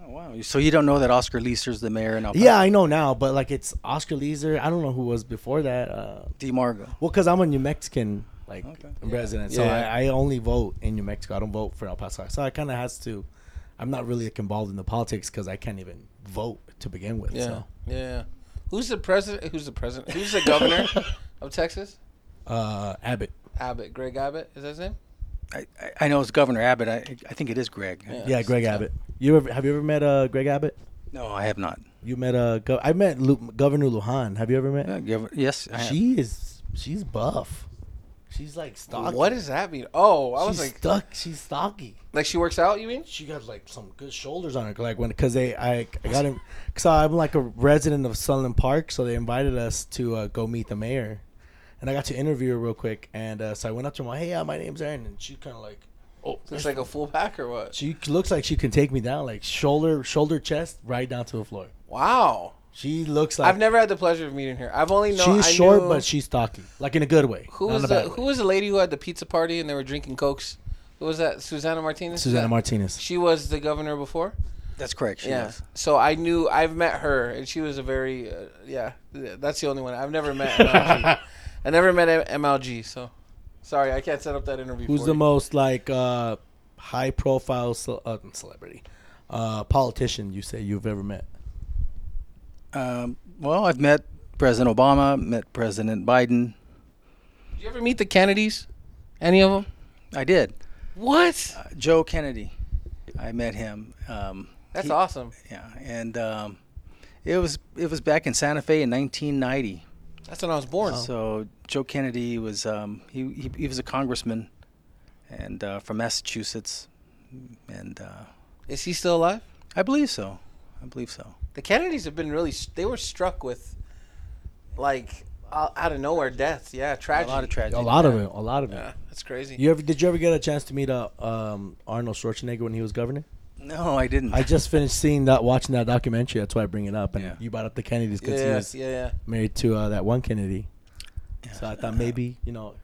Oh, wow. So you don't know that Oscar Leaser's the mayor in El Yeah, I know now, but like it's Oscar Leeser. I don't know who was before that. Uh, DeMargo. well, because I'm a New Mexican like Okay. resident, so Yeah. I, I only vote in New Mexico. I don't vote for El Paso, so I kind of has to. I'm not really like, involved in the politics because I can't even vote to begin with. yeah, So. yeah. Who's the president? Who's the president? Who's the governor of Texas? Uh, Abbott. Abbott, Greg Abbott, is that his name? I, I- I know it's Governor Abbott. I I think it is Greg. Yeah, Greg Abbott. You ever have you ever met uh Greg Abbott? No, I have not. You met uh Gov- I met Lu- Governor Lujan. Have you ever met? Uh, Gov- yes, I have. She is she's buff. She's like stocky. What does that mean? Oh, I was she's like, stuck. She's stocky. like she works out. You mean? She got like some good shoulders on her. Like when because they I, I got him because I'm like a resident of Sunland Park, so they invited us to uh, go meet the mayor, and I got to interview her real quick. And uh, so I went up to her, hey, uh, my name's Erin, and she kind of like Looks like a full pack or what? she looks like she can take me down, like shoulder shoulder chest right down to the floor. Wow. She looks like I've never had the pleasure of meeting her. I've only known she's I short, knew- but she's stocky, like in a good way. Who not was in a the bad way. Who was the lady who had the pizza party and they were drinking cokes? Who was that? Susana Martinez. Is Susana that- Martinez? She was the governor before. That's correct. She yeah. is. So I knew I've met her, and she was a very uh, yeah. th- That's the only one I've never met. MLG. I never met M- MLG. So sorry, I can't set up that interview. Who's for the you. most like uh, high profile ce- uh, celebrity uh, politician you say you've ever met? Um, well, I've met President Obama, met President Biden. Did you ever meet the Kennedys? Any of them? I did. What? Uh, Joe Kennedy. I met him. Um, That's he- awesome. Yeah, and um, it was it was back in Santa Fe in 1990. That's when I was born. So Joe Kennedy was um, he, he he was a congressman, and uh, from Massachusetts, and uh, Is he still alive? I believe so. I believe so. The Kennedys have been really. s- They were struck with, like, out out of nowhere death. Yeah, A tragedy. lot of tragedy. A lot of it. A lot of it. Yeah, that's crazy. You ever did you ever get a chance to meet uh, um, Arnold Schwarzenegger when he was governor? No, I didn't. I just finished seeing that, watching that documentary. That's why I bring it up. And Yeah. you brought up the Kennedys because he yeah, was yeah, yeah. married to uh, that one Kennedy. So I thought maybe you know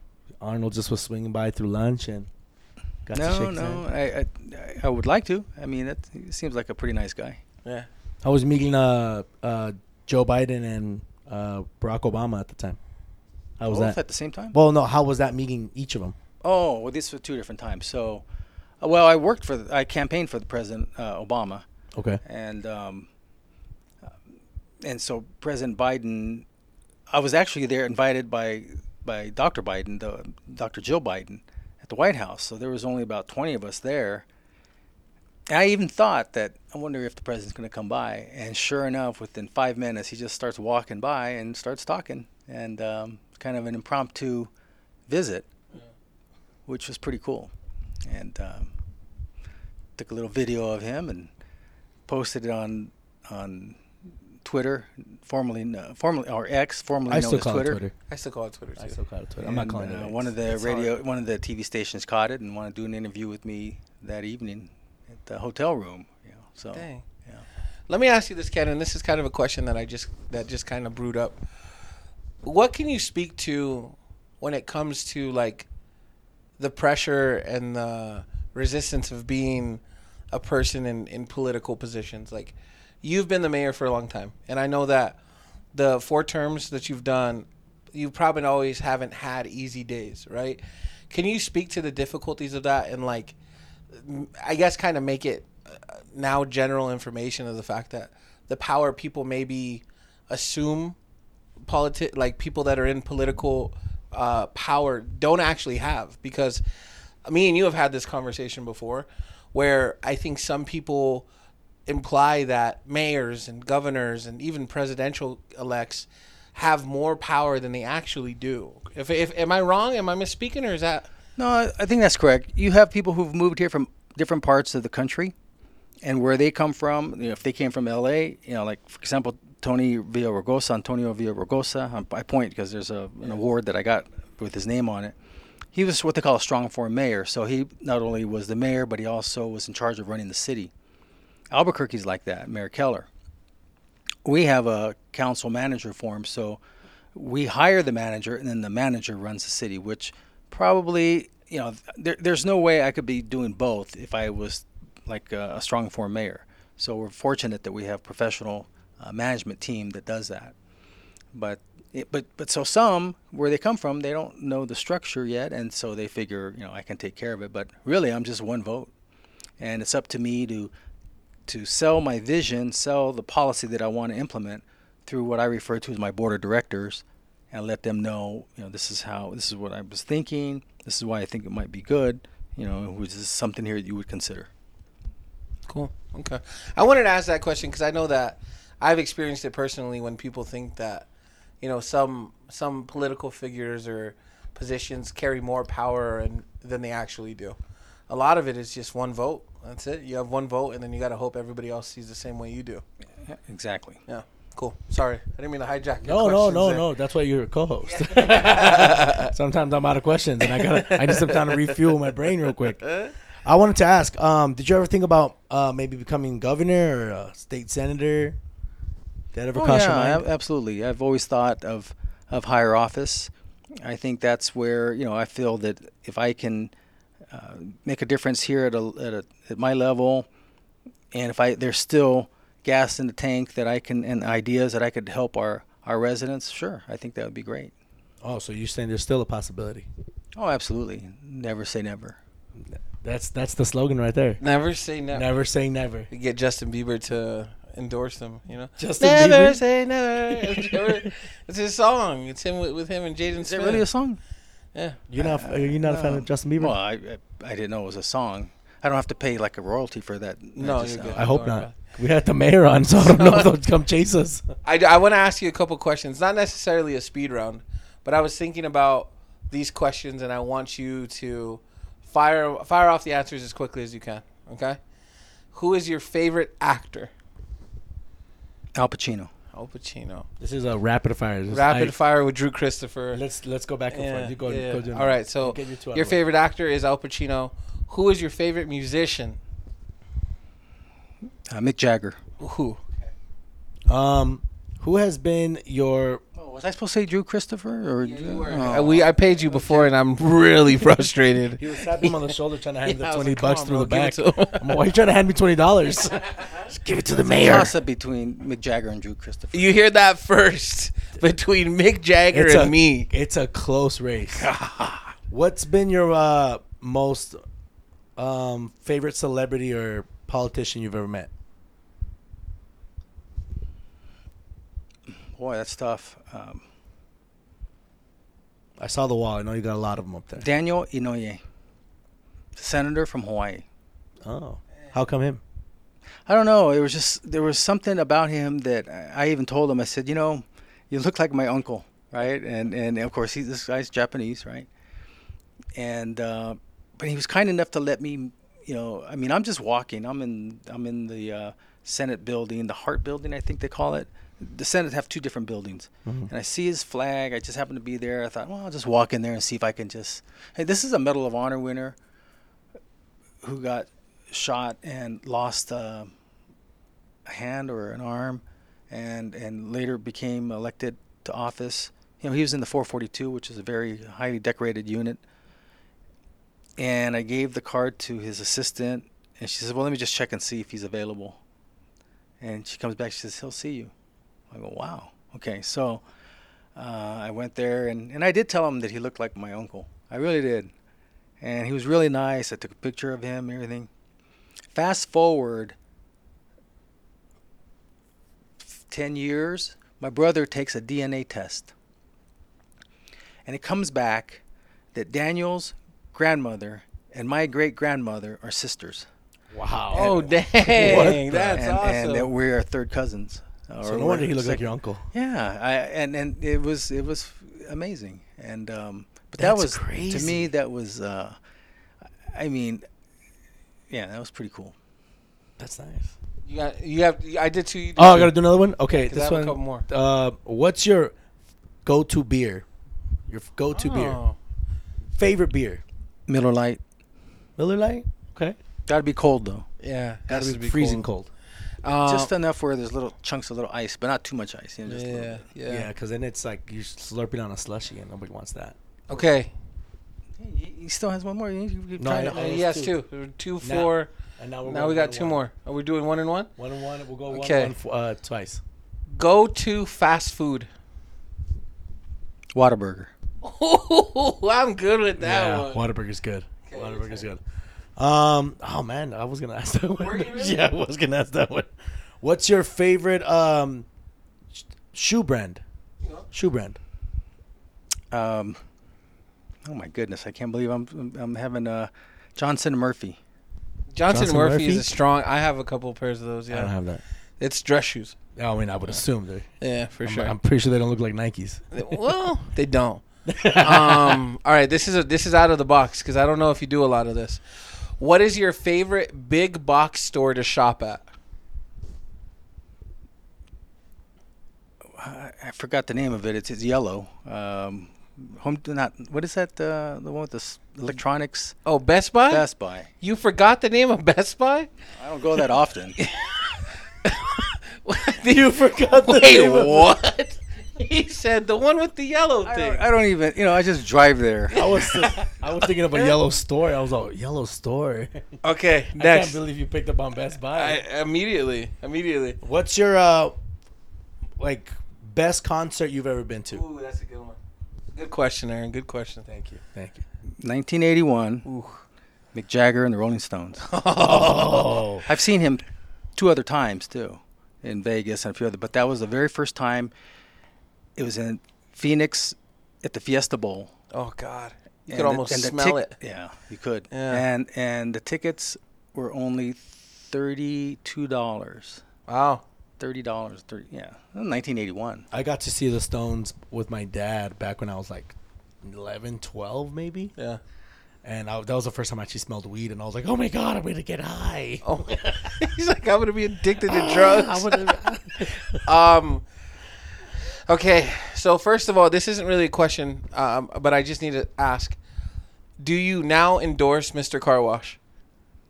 Arnold just was swinging by through lunch and got to no, shake his no. hand. I, I I would like to. I mean, that he seems like a pretty nice guy. Yeah. I was meeting uh, uh, Joe Biden and uh, Barack Obama at the time. How was Both that? at the same time? Well, no. How was that meeting each of them? Oh, well, these were two different times. So, uh, well, I worked for, the, I campaigned for the President uh, Obama, Okay. and um, and so President Biden, I was actually there invited by by Dr. Biden, the Dr. Jill Biden, at the White House. So there was only about twenty of us there, And I even thought that I wonder if the president's going to come by. And sure enough, within five minutes, he just starts walking by and starts talking, and um, kind of an impromptu visit, which was pretty cool. And um, took a little video of him and posted it on on Twitter, formerly kn- formerly or X, formerly I known still as call Twitter. it Twitter. I still call it Twitter I too. still call it Twitter. I'm not And, calling uh, it. One of the It's radio, one of the TV stations caught it and wanted to do an interview with me that evening at the hotel room. You know, so Dang. yeah. Let me ask you this, Ken, and this is kind of a question that I just that just kind of brewed up. What can you speak to when it comes to like the pressure and the resistance of being a person in, in political positions? Like you've been the mayor for a long time, and I know that the four terms that you've done, you probably always haven't had easy days, right? Can you speak to the difficulties of that and like I guess kind of make it uh, now general information of the fact that the power people maybe assume politi- like people that are in political uh, power don't actually have because me and you have had this conversation before where I think some people imply that mayors and governors and even presidential elects have more power than they actually do. If, if am I wrong? Am I misspeaking or is that No, I- I think that's correct. You have people who've moved here from different parts of the country, and where they come from. You know, if they came from L.A., you know, like for example, Tony Villaraigosa, Antonio Villaraigosa. um, I point because there's a, an award that I got with his name on it. He was what they call a strong form mayor. So he not only was the mayor, but he also was in charge of running the city. Albuquerque's like that. Mayor Keller. We have a council manager form, so we hire the manager and then the manager runs the city which probably you know there, there's no way i could be doing both if i was like a, a strong form mayor so we're fortunate that we have professional uh, management team that does that but it, but but so some where they come from they don't know the structure yet and so they figure you know i can take care of it but really i'm just one vote and it's up to me to to sell my vision, sell the policy that I want to implement through what I refer to as my board of directors, and let them know, you know, this is how, this is what I was thinking, this is why I think it might be good, you know, which is something here that you would consider. Cool. Okay. I wanted to ask that question because I know that I've experienced it personally when people think that, you know, some some political figures or positions carry more power and, than they actually do. A lot of it is just one vote. That's it. You have one vote, and then you got to hope everybody else sees the same way you do. Exactly. Yeah. Cool. Sorry, I didn't mean to hijack. Your No, no, questions no, there. no. That's why you're a co-host. Sometimes I'm out of questions, and I got I need some time to refuel my brain real quick. I wanted to ask, um, did you ever think about uh, maybe becoming governor or a state senator? Did that ever Oh, cross yeah, your ab- mind? absolutely. I've always thought of of higher office. I think that's where you know I feel that if I can uh, make a difference here at a, at a at my level, and if I there's still gas in the tank that I can and ideas that I could help our our residents, sure, I think that would be great. oh, so you're saying there's still a possibility? Oh, absolutely. Never say never. That's that's the slogan right there. Never say never. Never say never. We Get Justin Bieber to endorse them. You know. Justin never Bieber? say never. it's his song. It's him with, with him and Jaden Is it Smith. really a song? yeah. You're not are you not a fan no. of Justin Bieber? Well, I, I I didn't know it was a song. I don't have to pay like a royalty for that. I No, you're uh, good. I hope Sorry, not. We had the mayor on, so I don't know if they'll come chase us. I, I want to ask you a couple questions, not necessarily a speed round, but I was thinking about these questions, and I want you to fire fire off the answers as quickly as you can. Okay, who is your favorite actor? Al Pacino. Al Pacino. This is a rapid fire. This is- Rapid I- fire with Drew Christopher. Let's let's go back and Yeah, forth. You go, yeah. go do All right, so Get your two out of your the way. favorite actor is Al Pacino. Who is your favorite musician? Uh, Mick Jagger. Who? Um, who has been your? Oh, was I supposed to say Drew Christopher or Oh. I, Uh, we I paid you before, and I'm really frustrated. He was tapping him on the shoulder, trying to hand Yeah, I the was twenty like, come bucks on, through the bro, back. give it to him. I'm like, why are you trying to hand me twenty dollars? Just give it to the mayor. toss up between Mick Jagger and Drew Christopher? You hear that first between Mick Jagger It's and a- me. It's a close race. What's been your uh, most um, favorite celebrity or politician you've ever met? Boy, that's tough. Um, I saw the wall. I know you got a lot of them up there. Daniel Inouye, senator from Hawaii. Oh, How come him? I don't know. It was just there was something about him that I I even told him. I said, you know, you look like my uncle, right? And and of course, he, this guy's Japanese, right? And uh, but he was kind enough to let me, you know. I mean, I'm just walking. I'm in I'm in the uh, Senate building, the Hart Building, I think they call it. The Senate have two different buildings, and I see his flag. I just happened to be there. I thought, well, I'll just walk in there and see if I can just. Hey, this is a Medal of Honor winner who got shot and lost uh, a hand or an arm, and and later became elected to office. You know, he was in the 442, which is a very highly decorated unit. And I gave the card to his assistant, and she said, "Well, let me just check and see if he's available." And she comes back. She says, "He'll see you." I go, "Wow, okay." So uh, I went there, and and I did tell him that he looked like my uncle. I really did and he was really nice. I took a picture of him and everything. Fast forward 10 years, my brother takes a DNA test. And it comes back that Daniel's grandmother and my great grandmother are sisters. Wow. Oh, dang, that's and, And that awesome. we are third cousins. Uh, So or Oh, no wonder we're he looked like second- your uncle. yeah, I and and it was it was amazing, and um, but That's that was to crazy. me that was, uh, I mean, yeah, that was pretty cool. That's nice. You got you have I did too. You did Oh, I too. gotta do another one. Okay, 'Cause I this have a one. couple more. Uh, what's your go-to beer? Your f- go-to beer. Oh. Favorite beer? Miller Lite Miller Lite. Okay. got to be cold though, Yeah, Gotta has be to be freezing cold. Uh, just enough where there's little chunks of little ice, but not too much ice. You know, just a little yeah, bit. yeah, Yeah, because then it's like you're slurping on a slushy, and nobody wants that. Okay. Hey, he- he still has one more. You keep No, trying I- to- I- Uh, Oh, yes, it's two, two. two, Now- four. And now Now we got two more. Are we doing one and one? One and one. We'll go one Okay. one f- uh, twice. Go to fast food. Whataburger. Oh, I'm good with that one. Waterburger's good. Waterburger's good. Um. Oh man, I was gonna ask that one. Were you really? yeah, I was gonna ask that one. What's your favorite um sh- shoe brand? Shoe brand. Um, oh my goodness, I can't believe I'm I'm- I'm having uh, Johnson and Murphy. Johnson, Johnson Murphy, is Murphy? a strong. I have a couple pairs of those. I Yeah, don't have that. it's dress shoes. I mean, I would assume they. Yeah, for I'm, sure. I'm pretty sure they don't look like Nikes. well, they don't. um, all right, this is a, this is out of the box because I don't know if you do a lot of this. What is your favorite big box store to shop at? I, I forgot the name of it. It's, it's yellow. Um, home not what is that? Uh, the one with the s- electronics. Oh, Best Buy. Best Buy. You forgot the name of Best Buy? I don't go that often. You forgot the Wait, what? he said the one with the yellow I, thing. don't, I don't even. You know, I just drive there. I was I was thinking of a yellow store. I was like, yellow store. okay, I can't next. believe you picked up on Best Buy. I, immediately, immediately. What's your uh like best concert you've ever been to? Ooh, that's a good one. Good question, Aaron. Good question. Thank you. Thank you. 1981. Ooh. Mick Jagger and the Rolling Stones. Oh, I've seen him two other times too, in Vegas and a few other. But that was the very first time. It was in Phoenix at the Fiesta Bowl. Oh God, you And could the- almost and the smell tic- it. Yeah, you could. Yeah. And and the tickets were only thirty-two dollars. Wow. Thirty dollars. Thirty. Yeah, nineteen eighty-one. I got to see the Stones with my dad back when I was like 11, 12 maybe, Yeah. and I, that was the first time I actually smelled weed, and I was like, oh my god, I'm gonna get high. Oh, he's like, I'm gonna be addicted to I drugs. would've- Um. Okay, so first of all, this isn't really a question, um, but I just need to ask: Do you now endorse Mr. Car Wash?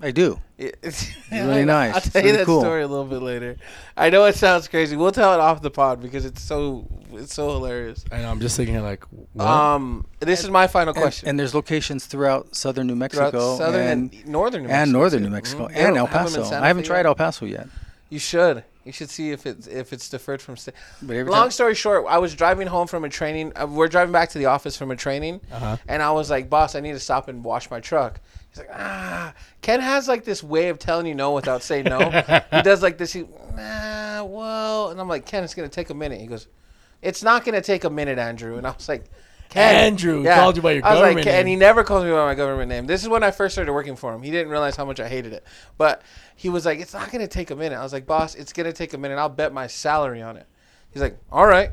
I do. It's really nice. I'll It's tell you really that cool. story a little bit later. I know it sounds crazy. We'll tell it off the pod because it's so it's so hilarious. I know. I'm just thinking like, what? Um, this is my final And, question. and there's locations throughout southern New Throughout Mexico southern and, and, northern New Mexico and northern too. New Mexico Mhm. They and don't El have 'em in Paso. Santa I haven't Fe tried yet. El Paso yet. You should. You should see if it's if it's deferred from state. But every Long time- story short, I was driving home from a training. Uh, we're driving back to the office from a training, Uh-huh. and I was like, "Boss, I need to stop and wash my truck." He's like, "Ah." Ken has like this way of telling you no without saying no. he does like this. He, nah, well, and I'm like, Ken, it's gonna take a minute. He goes, "It's not gonna take a minute, Andrew." And I was like, Andrew called you by your I was like, government "Ken," and he name. never calls me by my government name. This is when I first started working for him. He didn't realize how much I hated it, but he was like, "It's not gonna take a minute." I was like, "Boss, it's gonna take a minute. I'll bet my salary on it." He's like, "All right."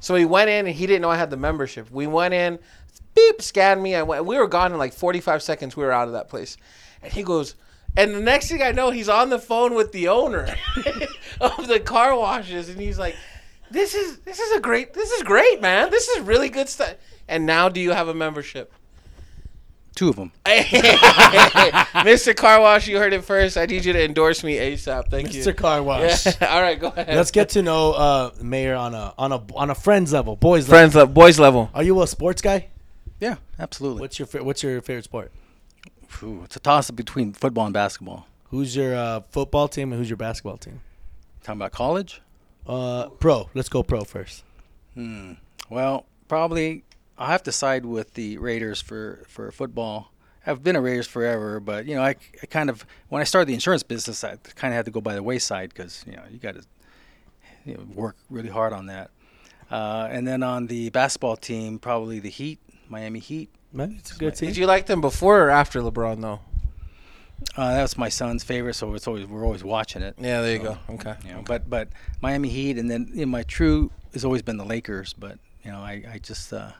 So he went in and he didn't know I had the membership. We went in, beep, scanned me. I went. We were gone in like 45 seconds. We were out of that place, and he goes. And the next thing I know, he's on the phone with the owner of the car washes, and he's like, "This is this is a great this is great, man. This is really good stuff." And now, do you have a membership, Two of them. Mister Car Wash? You heard it first. I need you to endorse me ASAP. Thank you, Mr. Car Wash. Yeah. All right, go ahead. Let's get to know uh, Mayor on a on a on a friends level, boys level. friends level, boys level. Are you a sports guy? Yeah, absolutely. What's your fa- What's your favorite sport? Phew, it's a toss up between football and basketball. Who's your uh, football team and who's your basketball team? Talking about college? Uh, pro. Let's go pro first. Well, probably I have to side with the Raiders for for football. I've been a Raiders forever, but you know, I, I kind of when I started the insurance business, I kind of had to go by the wayside because you know you got to you know, work really hard on that. Uh, and then on the basketball team, probably the Heat, Miami Heat. Man, it's a good team. Did you like them before or after LeBron though? Uh, that was my son's favorite, so it's always we're always watching it. Yeah, there you go. Okay. You know, but but Miami Heat, and then you know, my true has always been the Lakers. But you know, I I just uh,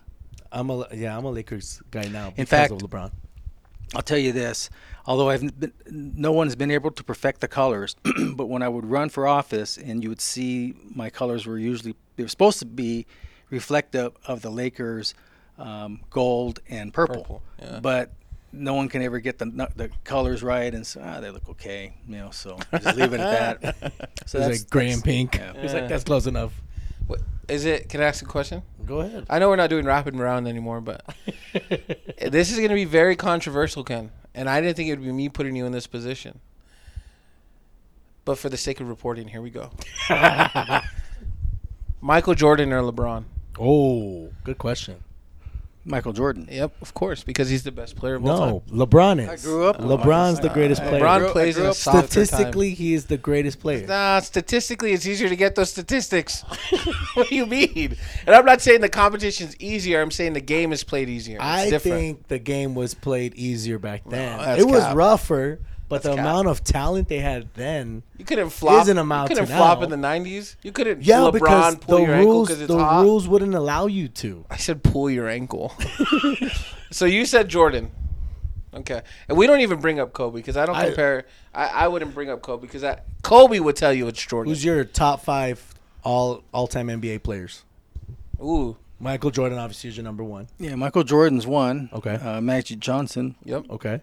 I'm a yeah, I'm a Lakers guy now. because fact- of LeBron. I'll tell you this. Although I've been, no one's been able to perfect the colors, but when I would run for office, and you would see my colors were usually they were supposed to be reflective of the Lakers, um, gold and purple. Purple, yeah. But no one can ever get the nu- the colors right, and so ah, they look okay, you know. So just leave it at that. So It's like gray and pink. yeah. It's like that's close enough. What- Is it? Can I ask a question? Go ahead. I know we're not doing rapid round anymore, but this is going to be very controversial, Ken. And I didn't think it would be me putting you in this position. But for the sake of reporting, here we go. Michael Jordan or LeBron? Oh, good question. Michael Jordan. Yep, of course, because he's the best player of all time. No, LeBron is. I grew up with LeBron's LeBron. the greatest I player. LeBron grew- I plays grew in a up- soccer time. Statistically, he is the greatest player. Nah, statistically, it's easier to get those statistics. what do you mean? And I'm not saying the competition's easier. I'm saying the game is played easier. It's I different. think the game was played easier back then. that's it was cap. rougher, but the cap. amount of talent they had then. You couldn't flop. Isn't amount you couldn't to flop now. in the '90s. You couldn't. Yeah, LeBron because pull the your ankle rules 'cause it's the hot. rules wouldn't allow you to. I said pull your ankle. so you said Jordan. Okay, and we don't even bring up Kobe because I don't I- compare. I, I wouldn't bring up Kobe because I, Kobe would tell you it's Jordan. Who's your top five all all time NBA players? Ooh, Michael Jordan obviously is your number one. Yeah, Michael Jordan's one. Okay. Uh, Magic Johnson, yep, Okay.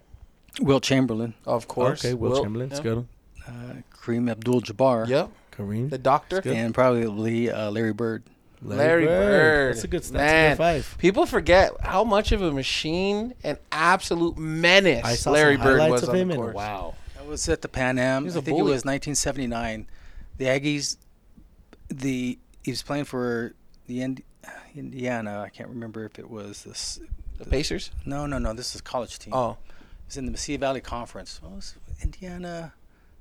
Will Chamberlain, of course. Okay. Will, Chamberlain. Yep. That's good. uh, Kareem Abdul-Jabbar. Yep, Kareem. the doctor. And probably uh, Larry Bird. Larry Bird. That's a good. That's a Man, good five. People forget how much of a machine and absolute menace I saw Larry some Bird highlights was of on him the and court. wow. I was at the Pan Am. I was a think it bully. was 1979. The Aggies, the he was playing for the Ind- Indiana. I can't remember if it was this. The Pacers. No, no, no. This is a college team. Oh, It was in the Mesilla Valley Conference. What was it? Indiana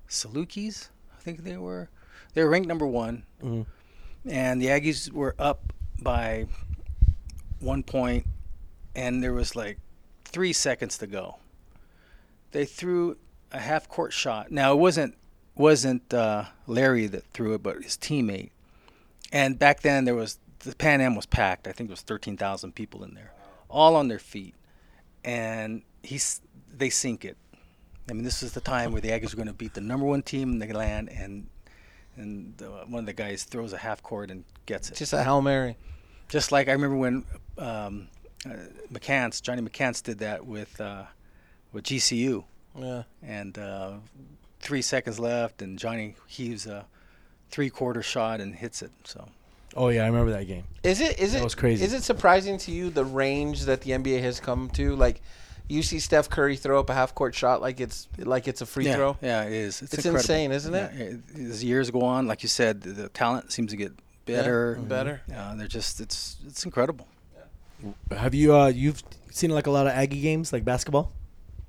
Salukis? I think they were. They were ranked number one, and the Aggies were up by one point, and there was like three seconds to go. They threw a half court shot. Now it wasn't wasn't uh, Larry that threw it, but his teammate. And back then there was the Pan Am was packed. I think there was thirteen thousand people in there, all on their feet and he's they sink it. I mean, this is the time where the Aggies are going to beat the number one team in the land, and and uh, one of the guys throws a half court and gets it. Just, just a hail mary. like I remember when um, uh, McCants, Johnny McCants, did that with uh, with GCU, Yeah. and uh, three seconds left, and Johnny heaves a three quarter shot and hits it. So Oh yeah, I remember that game. Is it is it was crazy. Is it surprising to you the range that the NBA has come to? Like, you see Steph Curry throw up a half court shot like it's like it's a free yeah, throw. yeah, it is. It's, It's incredible. insane, isn't it? Yeah, it- As years go on, like you said, the, the talent seems to get better, and better. Uh, they're just it's it's incredible. Have you uh you've seen like a lot of Aggie games like basketball?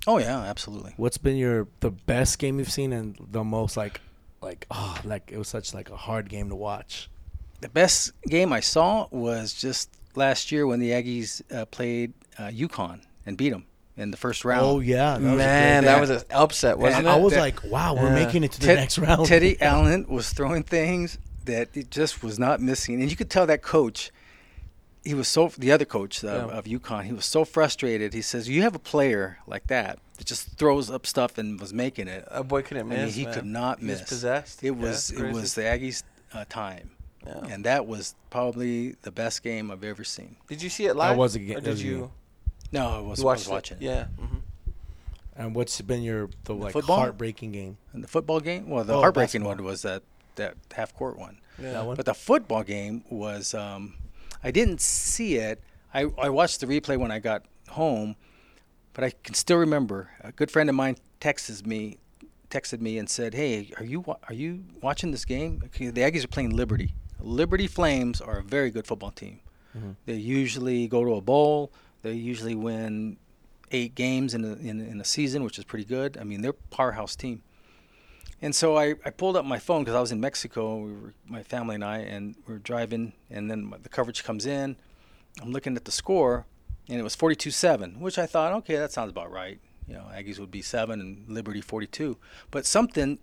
Oh yeah, absolutely. What's been your the best game you've seen and the most like like oh like it was such like a hard game to watch. The best game I saw was just last year when the Aggies uh, played uh, UConn and beat them in the first round. Oh yeah, that was a Man, good- that was an upset, wasn't I it? was that- like, wow, we're Yeah. making it to the Ted- next round. Teddy Allen was throwing things that it just was not missing, and you could tell that coach. He was so the other coach of, Yeah. of UConn. He was so frustrated. He says, "You have a player like that that just throws up stuff and was making it. That boy couldn't I miss. mean, he man. could not He miss. Was possessed. It Yeah, was it crazy. was the Aggies' uh, time, Yeah. and that was probably the best game I've ever seen. Did you see it live? was a ga- Or that did was a you, game. you No, I was, I watched was watching. It? Yeah. mhm. and what's been your the, like football? heartbreaking game? And the football game, well, the Oh, heartbreaking basketball. one was that that half court one. Yeah. That one. But the football game was, um, I didn't see it. I, I watched the replay when I got home, but I can still remember. A good friend of mine texted me, texted me and said, "Hey, are you wa- are you watching this game? Okay, The Aggies are playing Liberty. Liberty Flames are a very good football team. They usually go to a bowl. They usually win eight games in a, in, in a season, which is pretty good. I mean, they're a powerhouse team." And so I, I pulled up my phone because I was in Mexico. We were, my family and I, and we are driving, and then the coverage comes in. I'm looking at the score, and it was 42-7, which I thought, okay, that sounds about right. You know, Aggies would be seven and Liberty 42, but something.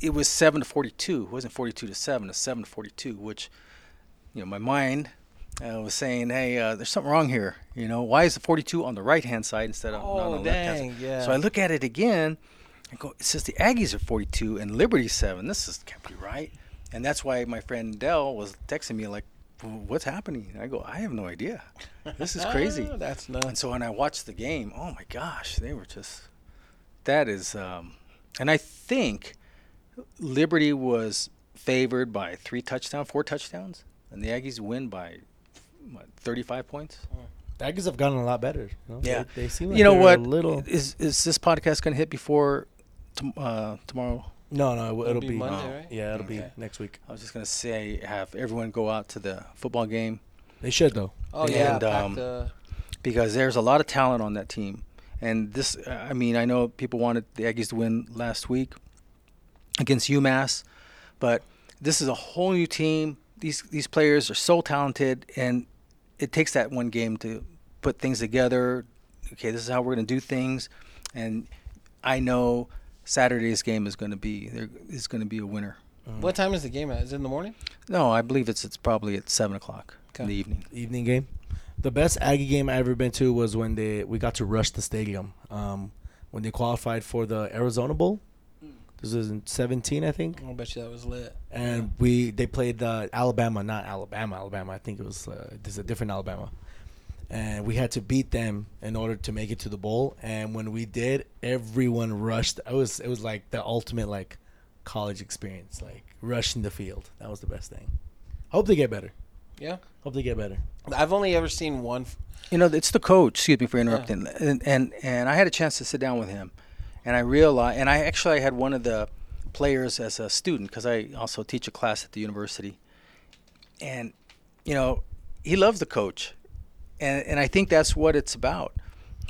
It was seven to 42. It wasn't 42 to seven. It was seven to 42, which, you know, my mind uh, was saying, hey, uh, there's something wrong here. You know, why is the 42 on the right hand side instead of not Oh, on the left hand dang, side? yeah. So I look at it again. I go, it says the Aggies are 42 and Liberty 7. This is, can't be right. And that's why my friend Dell was texting me, like, "Well, what's happening? And I go, I have no idea. This is crazy. Ah, that's And nuts. so when I watched the game, oh my gosh, they were just. That is. Um, and I think Liberty was favored by three touchdowns, four touchdowns, and the Aggies win by. What, 35 points The Aggies have gotten a lot better. you know? Yeah. they, they seem like you know they're what A little is is this podcast going to hit before tom- uh, tomorrow no, no, it, will It'll it'll be be, Monday, right? yeah, it'll be Okay. next week. I was just gonna say, have everyone go out to the football game They should though. Oh yeah. uh, and, pack um, the- because there's a lot of talent on that team. And this, I mean, I know people wanted the Aggies to win last week against UMass, but this is a whole new team. These these players are so talented, and it takes that one game to put things together. Okay, this is how we're going to do things, and I know Saturday's game is going to be there is going to be a winner. what time is the game at? Is it in the morning? No, I believe it's it's probably at seven o'clock in the evening. evening game. The best Aggie game I ever been to was when they we got to rush the stadium. Um, when they qualified for the Arizona Bowl. This was in seventeen, I think. I bet you that was lit. and we they played uh, Alabama, not Alabama, Alabama. I think it was uh, there's a different Alabama, and we had to beat them in order to make it to the bowl. And when we did, everyone rushed. It was it was like the ultimate like college experience, like rushing the field. That was the best thing. Hope they get better. Yeah. Hope they get better. I've only ever seen one. f- You know, it's the coach. Excuse me for interrupting. And, and and I had a chance to sit down with him, and I realized, and I actually had one of the players as a student because I also teach a class at the university, and you know, he loves the coach, and and I think that's what it's about.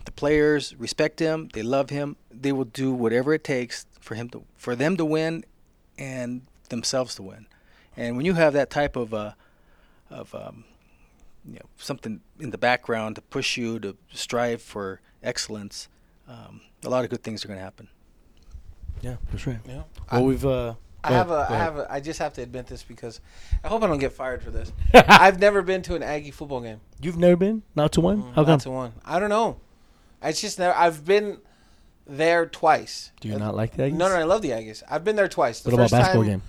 The players respect him. They love him. They will do whatever it takes for him to for them to win, and themselves to win. And when you have that type of uh, of um, you know something in the background to push you to strive for excellence, um, a lot of good things are going to happen. Yeah, for sure. Yeah. Well, we've uh, I go have a, ahead, go I ahead. have a, I just have to admit this because I hope I don't get fired for this. I've never been to an Aggie football game. You've never been Mm, not to one. How come? Not to one. I don't know. It's just never. I've been there twice. Uh, Do you not like the Aggies? No, no, I love the Aggies. I've been there twice. The What about first basketball time- game?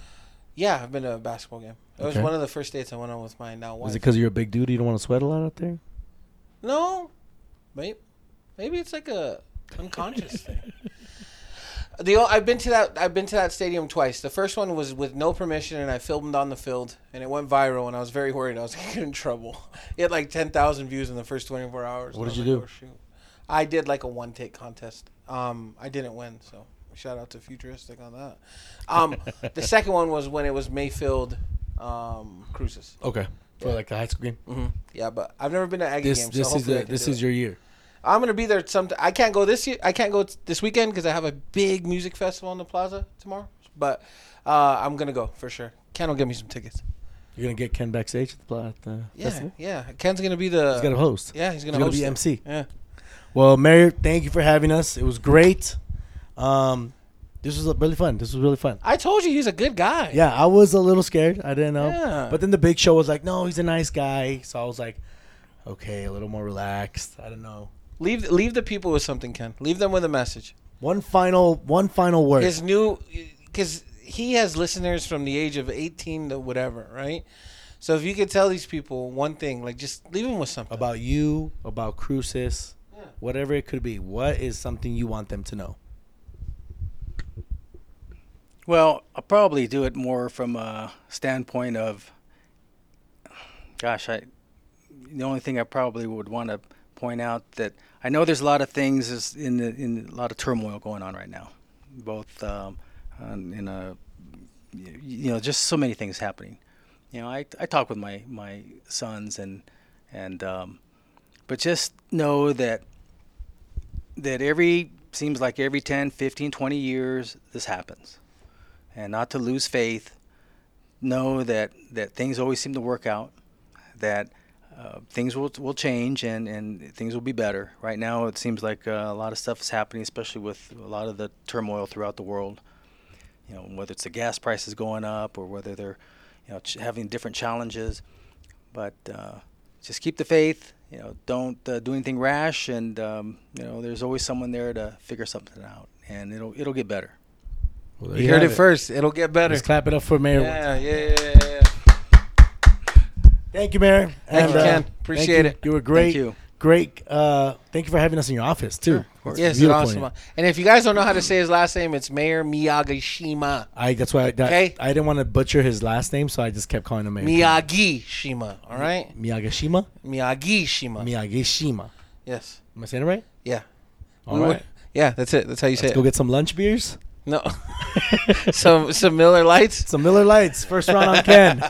Yeah, I've been to a basketball game. It was Okay. one of the first dates I went on with my now wife. Is it because you're a big dude? You don't want to sweat a lot out there? No, maybe maybe it's like a unconscious thing. The o- I've been to that I've been to that stadium twice. The first one was with no permission, and I filmed on the field, and it went viral. And I was very worried I was gonna get in trouble. It had like ten thousand views in the first twenty four hours. What and I did was you like, do? "Oh, shoot." I did like a one take contest. Um, I didn't win, so shout out to Futuristic on that. Um, the second one was when it was Mayfield um, Cruises. Okay. For like the high school game. Yeah, but I've never been to Aggie This game. this so is hopefully I the, can this do it. is your year. I'm gonna be there. Some I can't go this year. I can't go t- this weekend because I have a big music festival in the plaza tomorrow. But uh, I'm gonna go for sure. Ken will get me some tickets. You're gonna get Ken backstage at the, pla- at the Yeah, festival. yeah. Ken's gonna be the. He's gonna host. yeah, he's He's gonna, gonna host be it. MC. Yeah. Well, Mary, thank you for having us. It was great. Um, this was uh, really fun. This was really fun. I told you he's a good guy. Yeah, I was a little scared. I didn't know. Yeah. But then the big show was like, no, he's a nice guy. So I was like, okay, a little more relaxed. I don't know. Leave leave the people with something, Ken. Leave them with a message. One final, one final word. His new, because he has listeners from the age of eighteen to whatever, right? So if you could tell these people one thing, like just leave them with something. about you, about Crucis, Yeah. whatever it could be. What is something you want them to know? Well, I'll probably do it more from a standpoint of, gosh, I, the only thing I probably would want to point out that I know there's a lot of things is in the, in a lot of turmoil going on right now, both um, on- in a, y- you know, just so many things happening. You know, I, I talk with my, my sons and, and, um, but just know that that every seems like every 10 15 20 years this happens and not to lose faith know that that things always seem to work out that uh, things will will change and and things will be better right now it seems like uh, a lot of stuff is happening especially with a lot of the turmoil throughout the world you know whether it's the gas prices going up or whether they're you know ch- having different challenges but uh, just keep the faith. You know, don't uh, do anything rash, and um, you know, there's always someone there to figure something out, and it'll it'll get better. Well, You heard it, first. It'll get better. Let's clap it up for Mayor. Yeah, yeah, yeah, yeah, yeah. Thank you, Mayor. Thank you, uh, Ken. thank Appreciate you. it. You were great. Thank you. Great. Uh, thank you for having us in your office too. It's Yes, beautiful it's in awesome. here. And if you guys don't know how to say his last name, it's Mayor Miyagishima. I that's why I, that, Okay. I didn't want to butcher his last name, so I just kept calling him Mayor. Miyagishima. All right, Miyagashima. Miyagishima. Miyagishima. yes. Am I saying it right? Yeah. All We were- right. Yeah, that's it. That's how you say Let's go it. get some lunch beers, No. some some Miller Lights. some Miller Lights. First round on Ken. All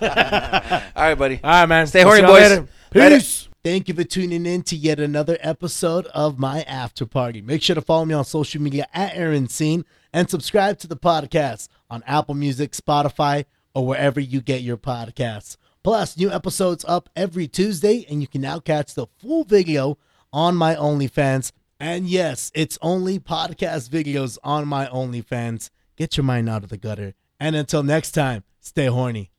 right, buddy. All right, man. Stay horny, y'all boys. Later. Peace. Thank you for tuning in to yet another episode of my after party. Make sure to follow me on social media at Aaron Scene and subscribe to the podcast on Apple Music, Spotify, or wherever you get your podcasts. Plus, new episodes up every Tuesday, and you can now catch the full video on my OnlyFans. And yes, it's only podcast videos on my OnlyFans. Get your mind out of the gutter. And until next time, stay horny.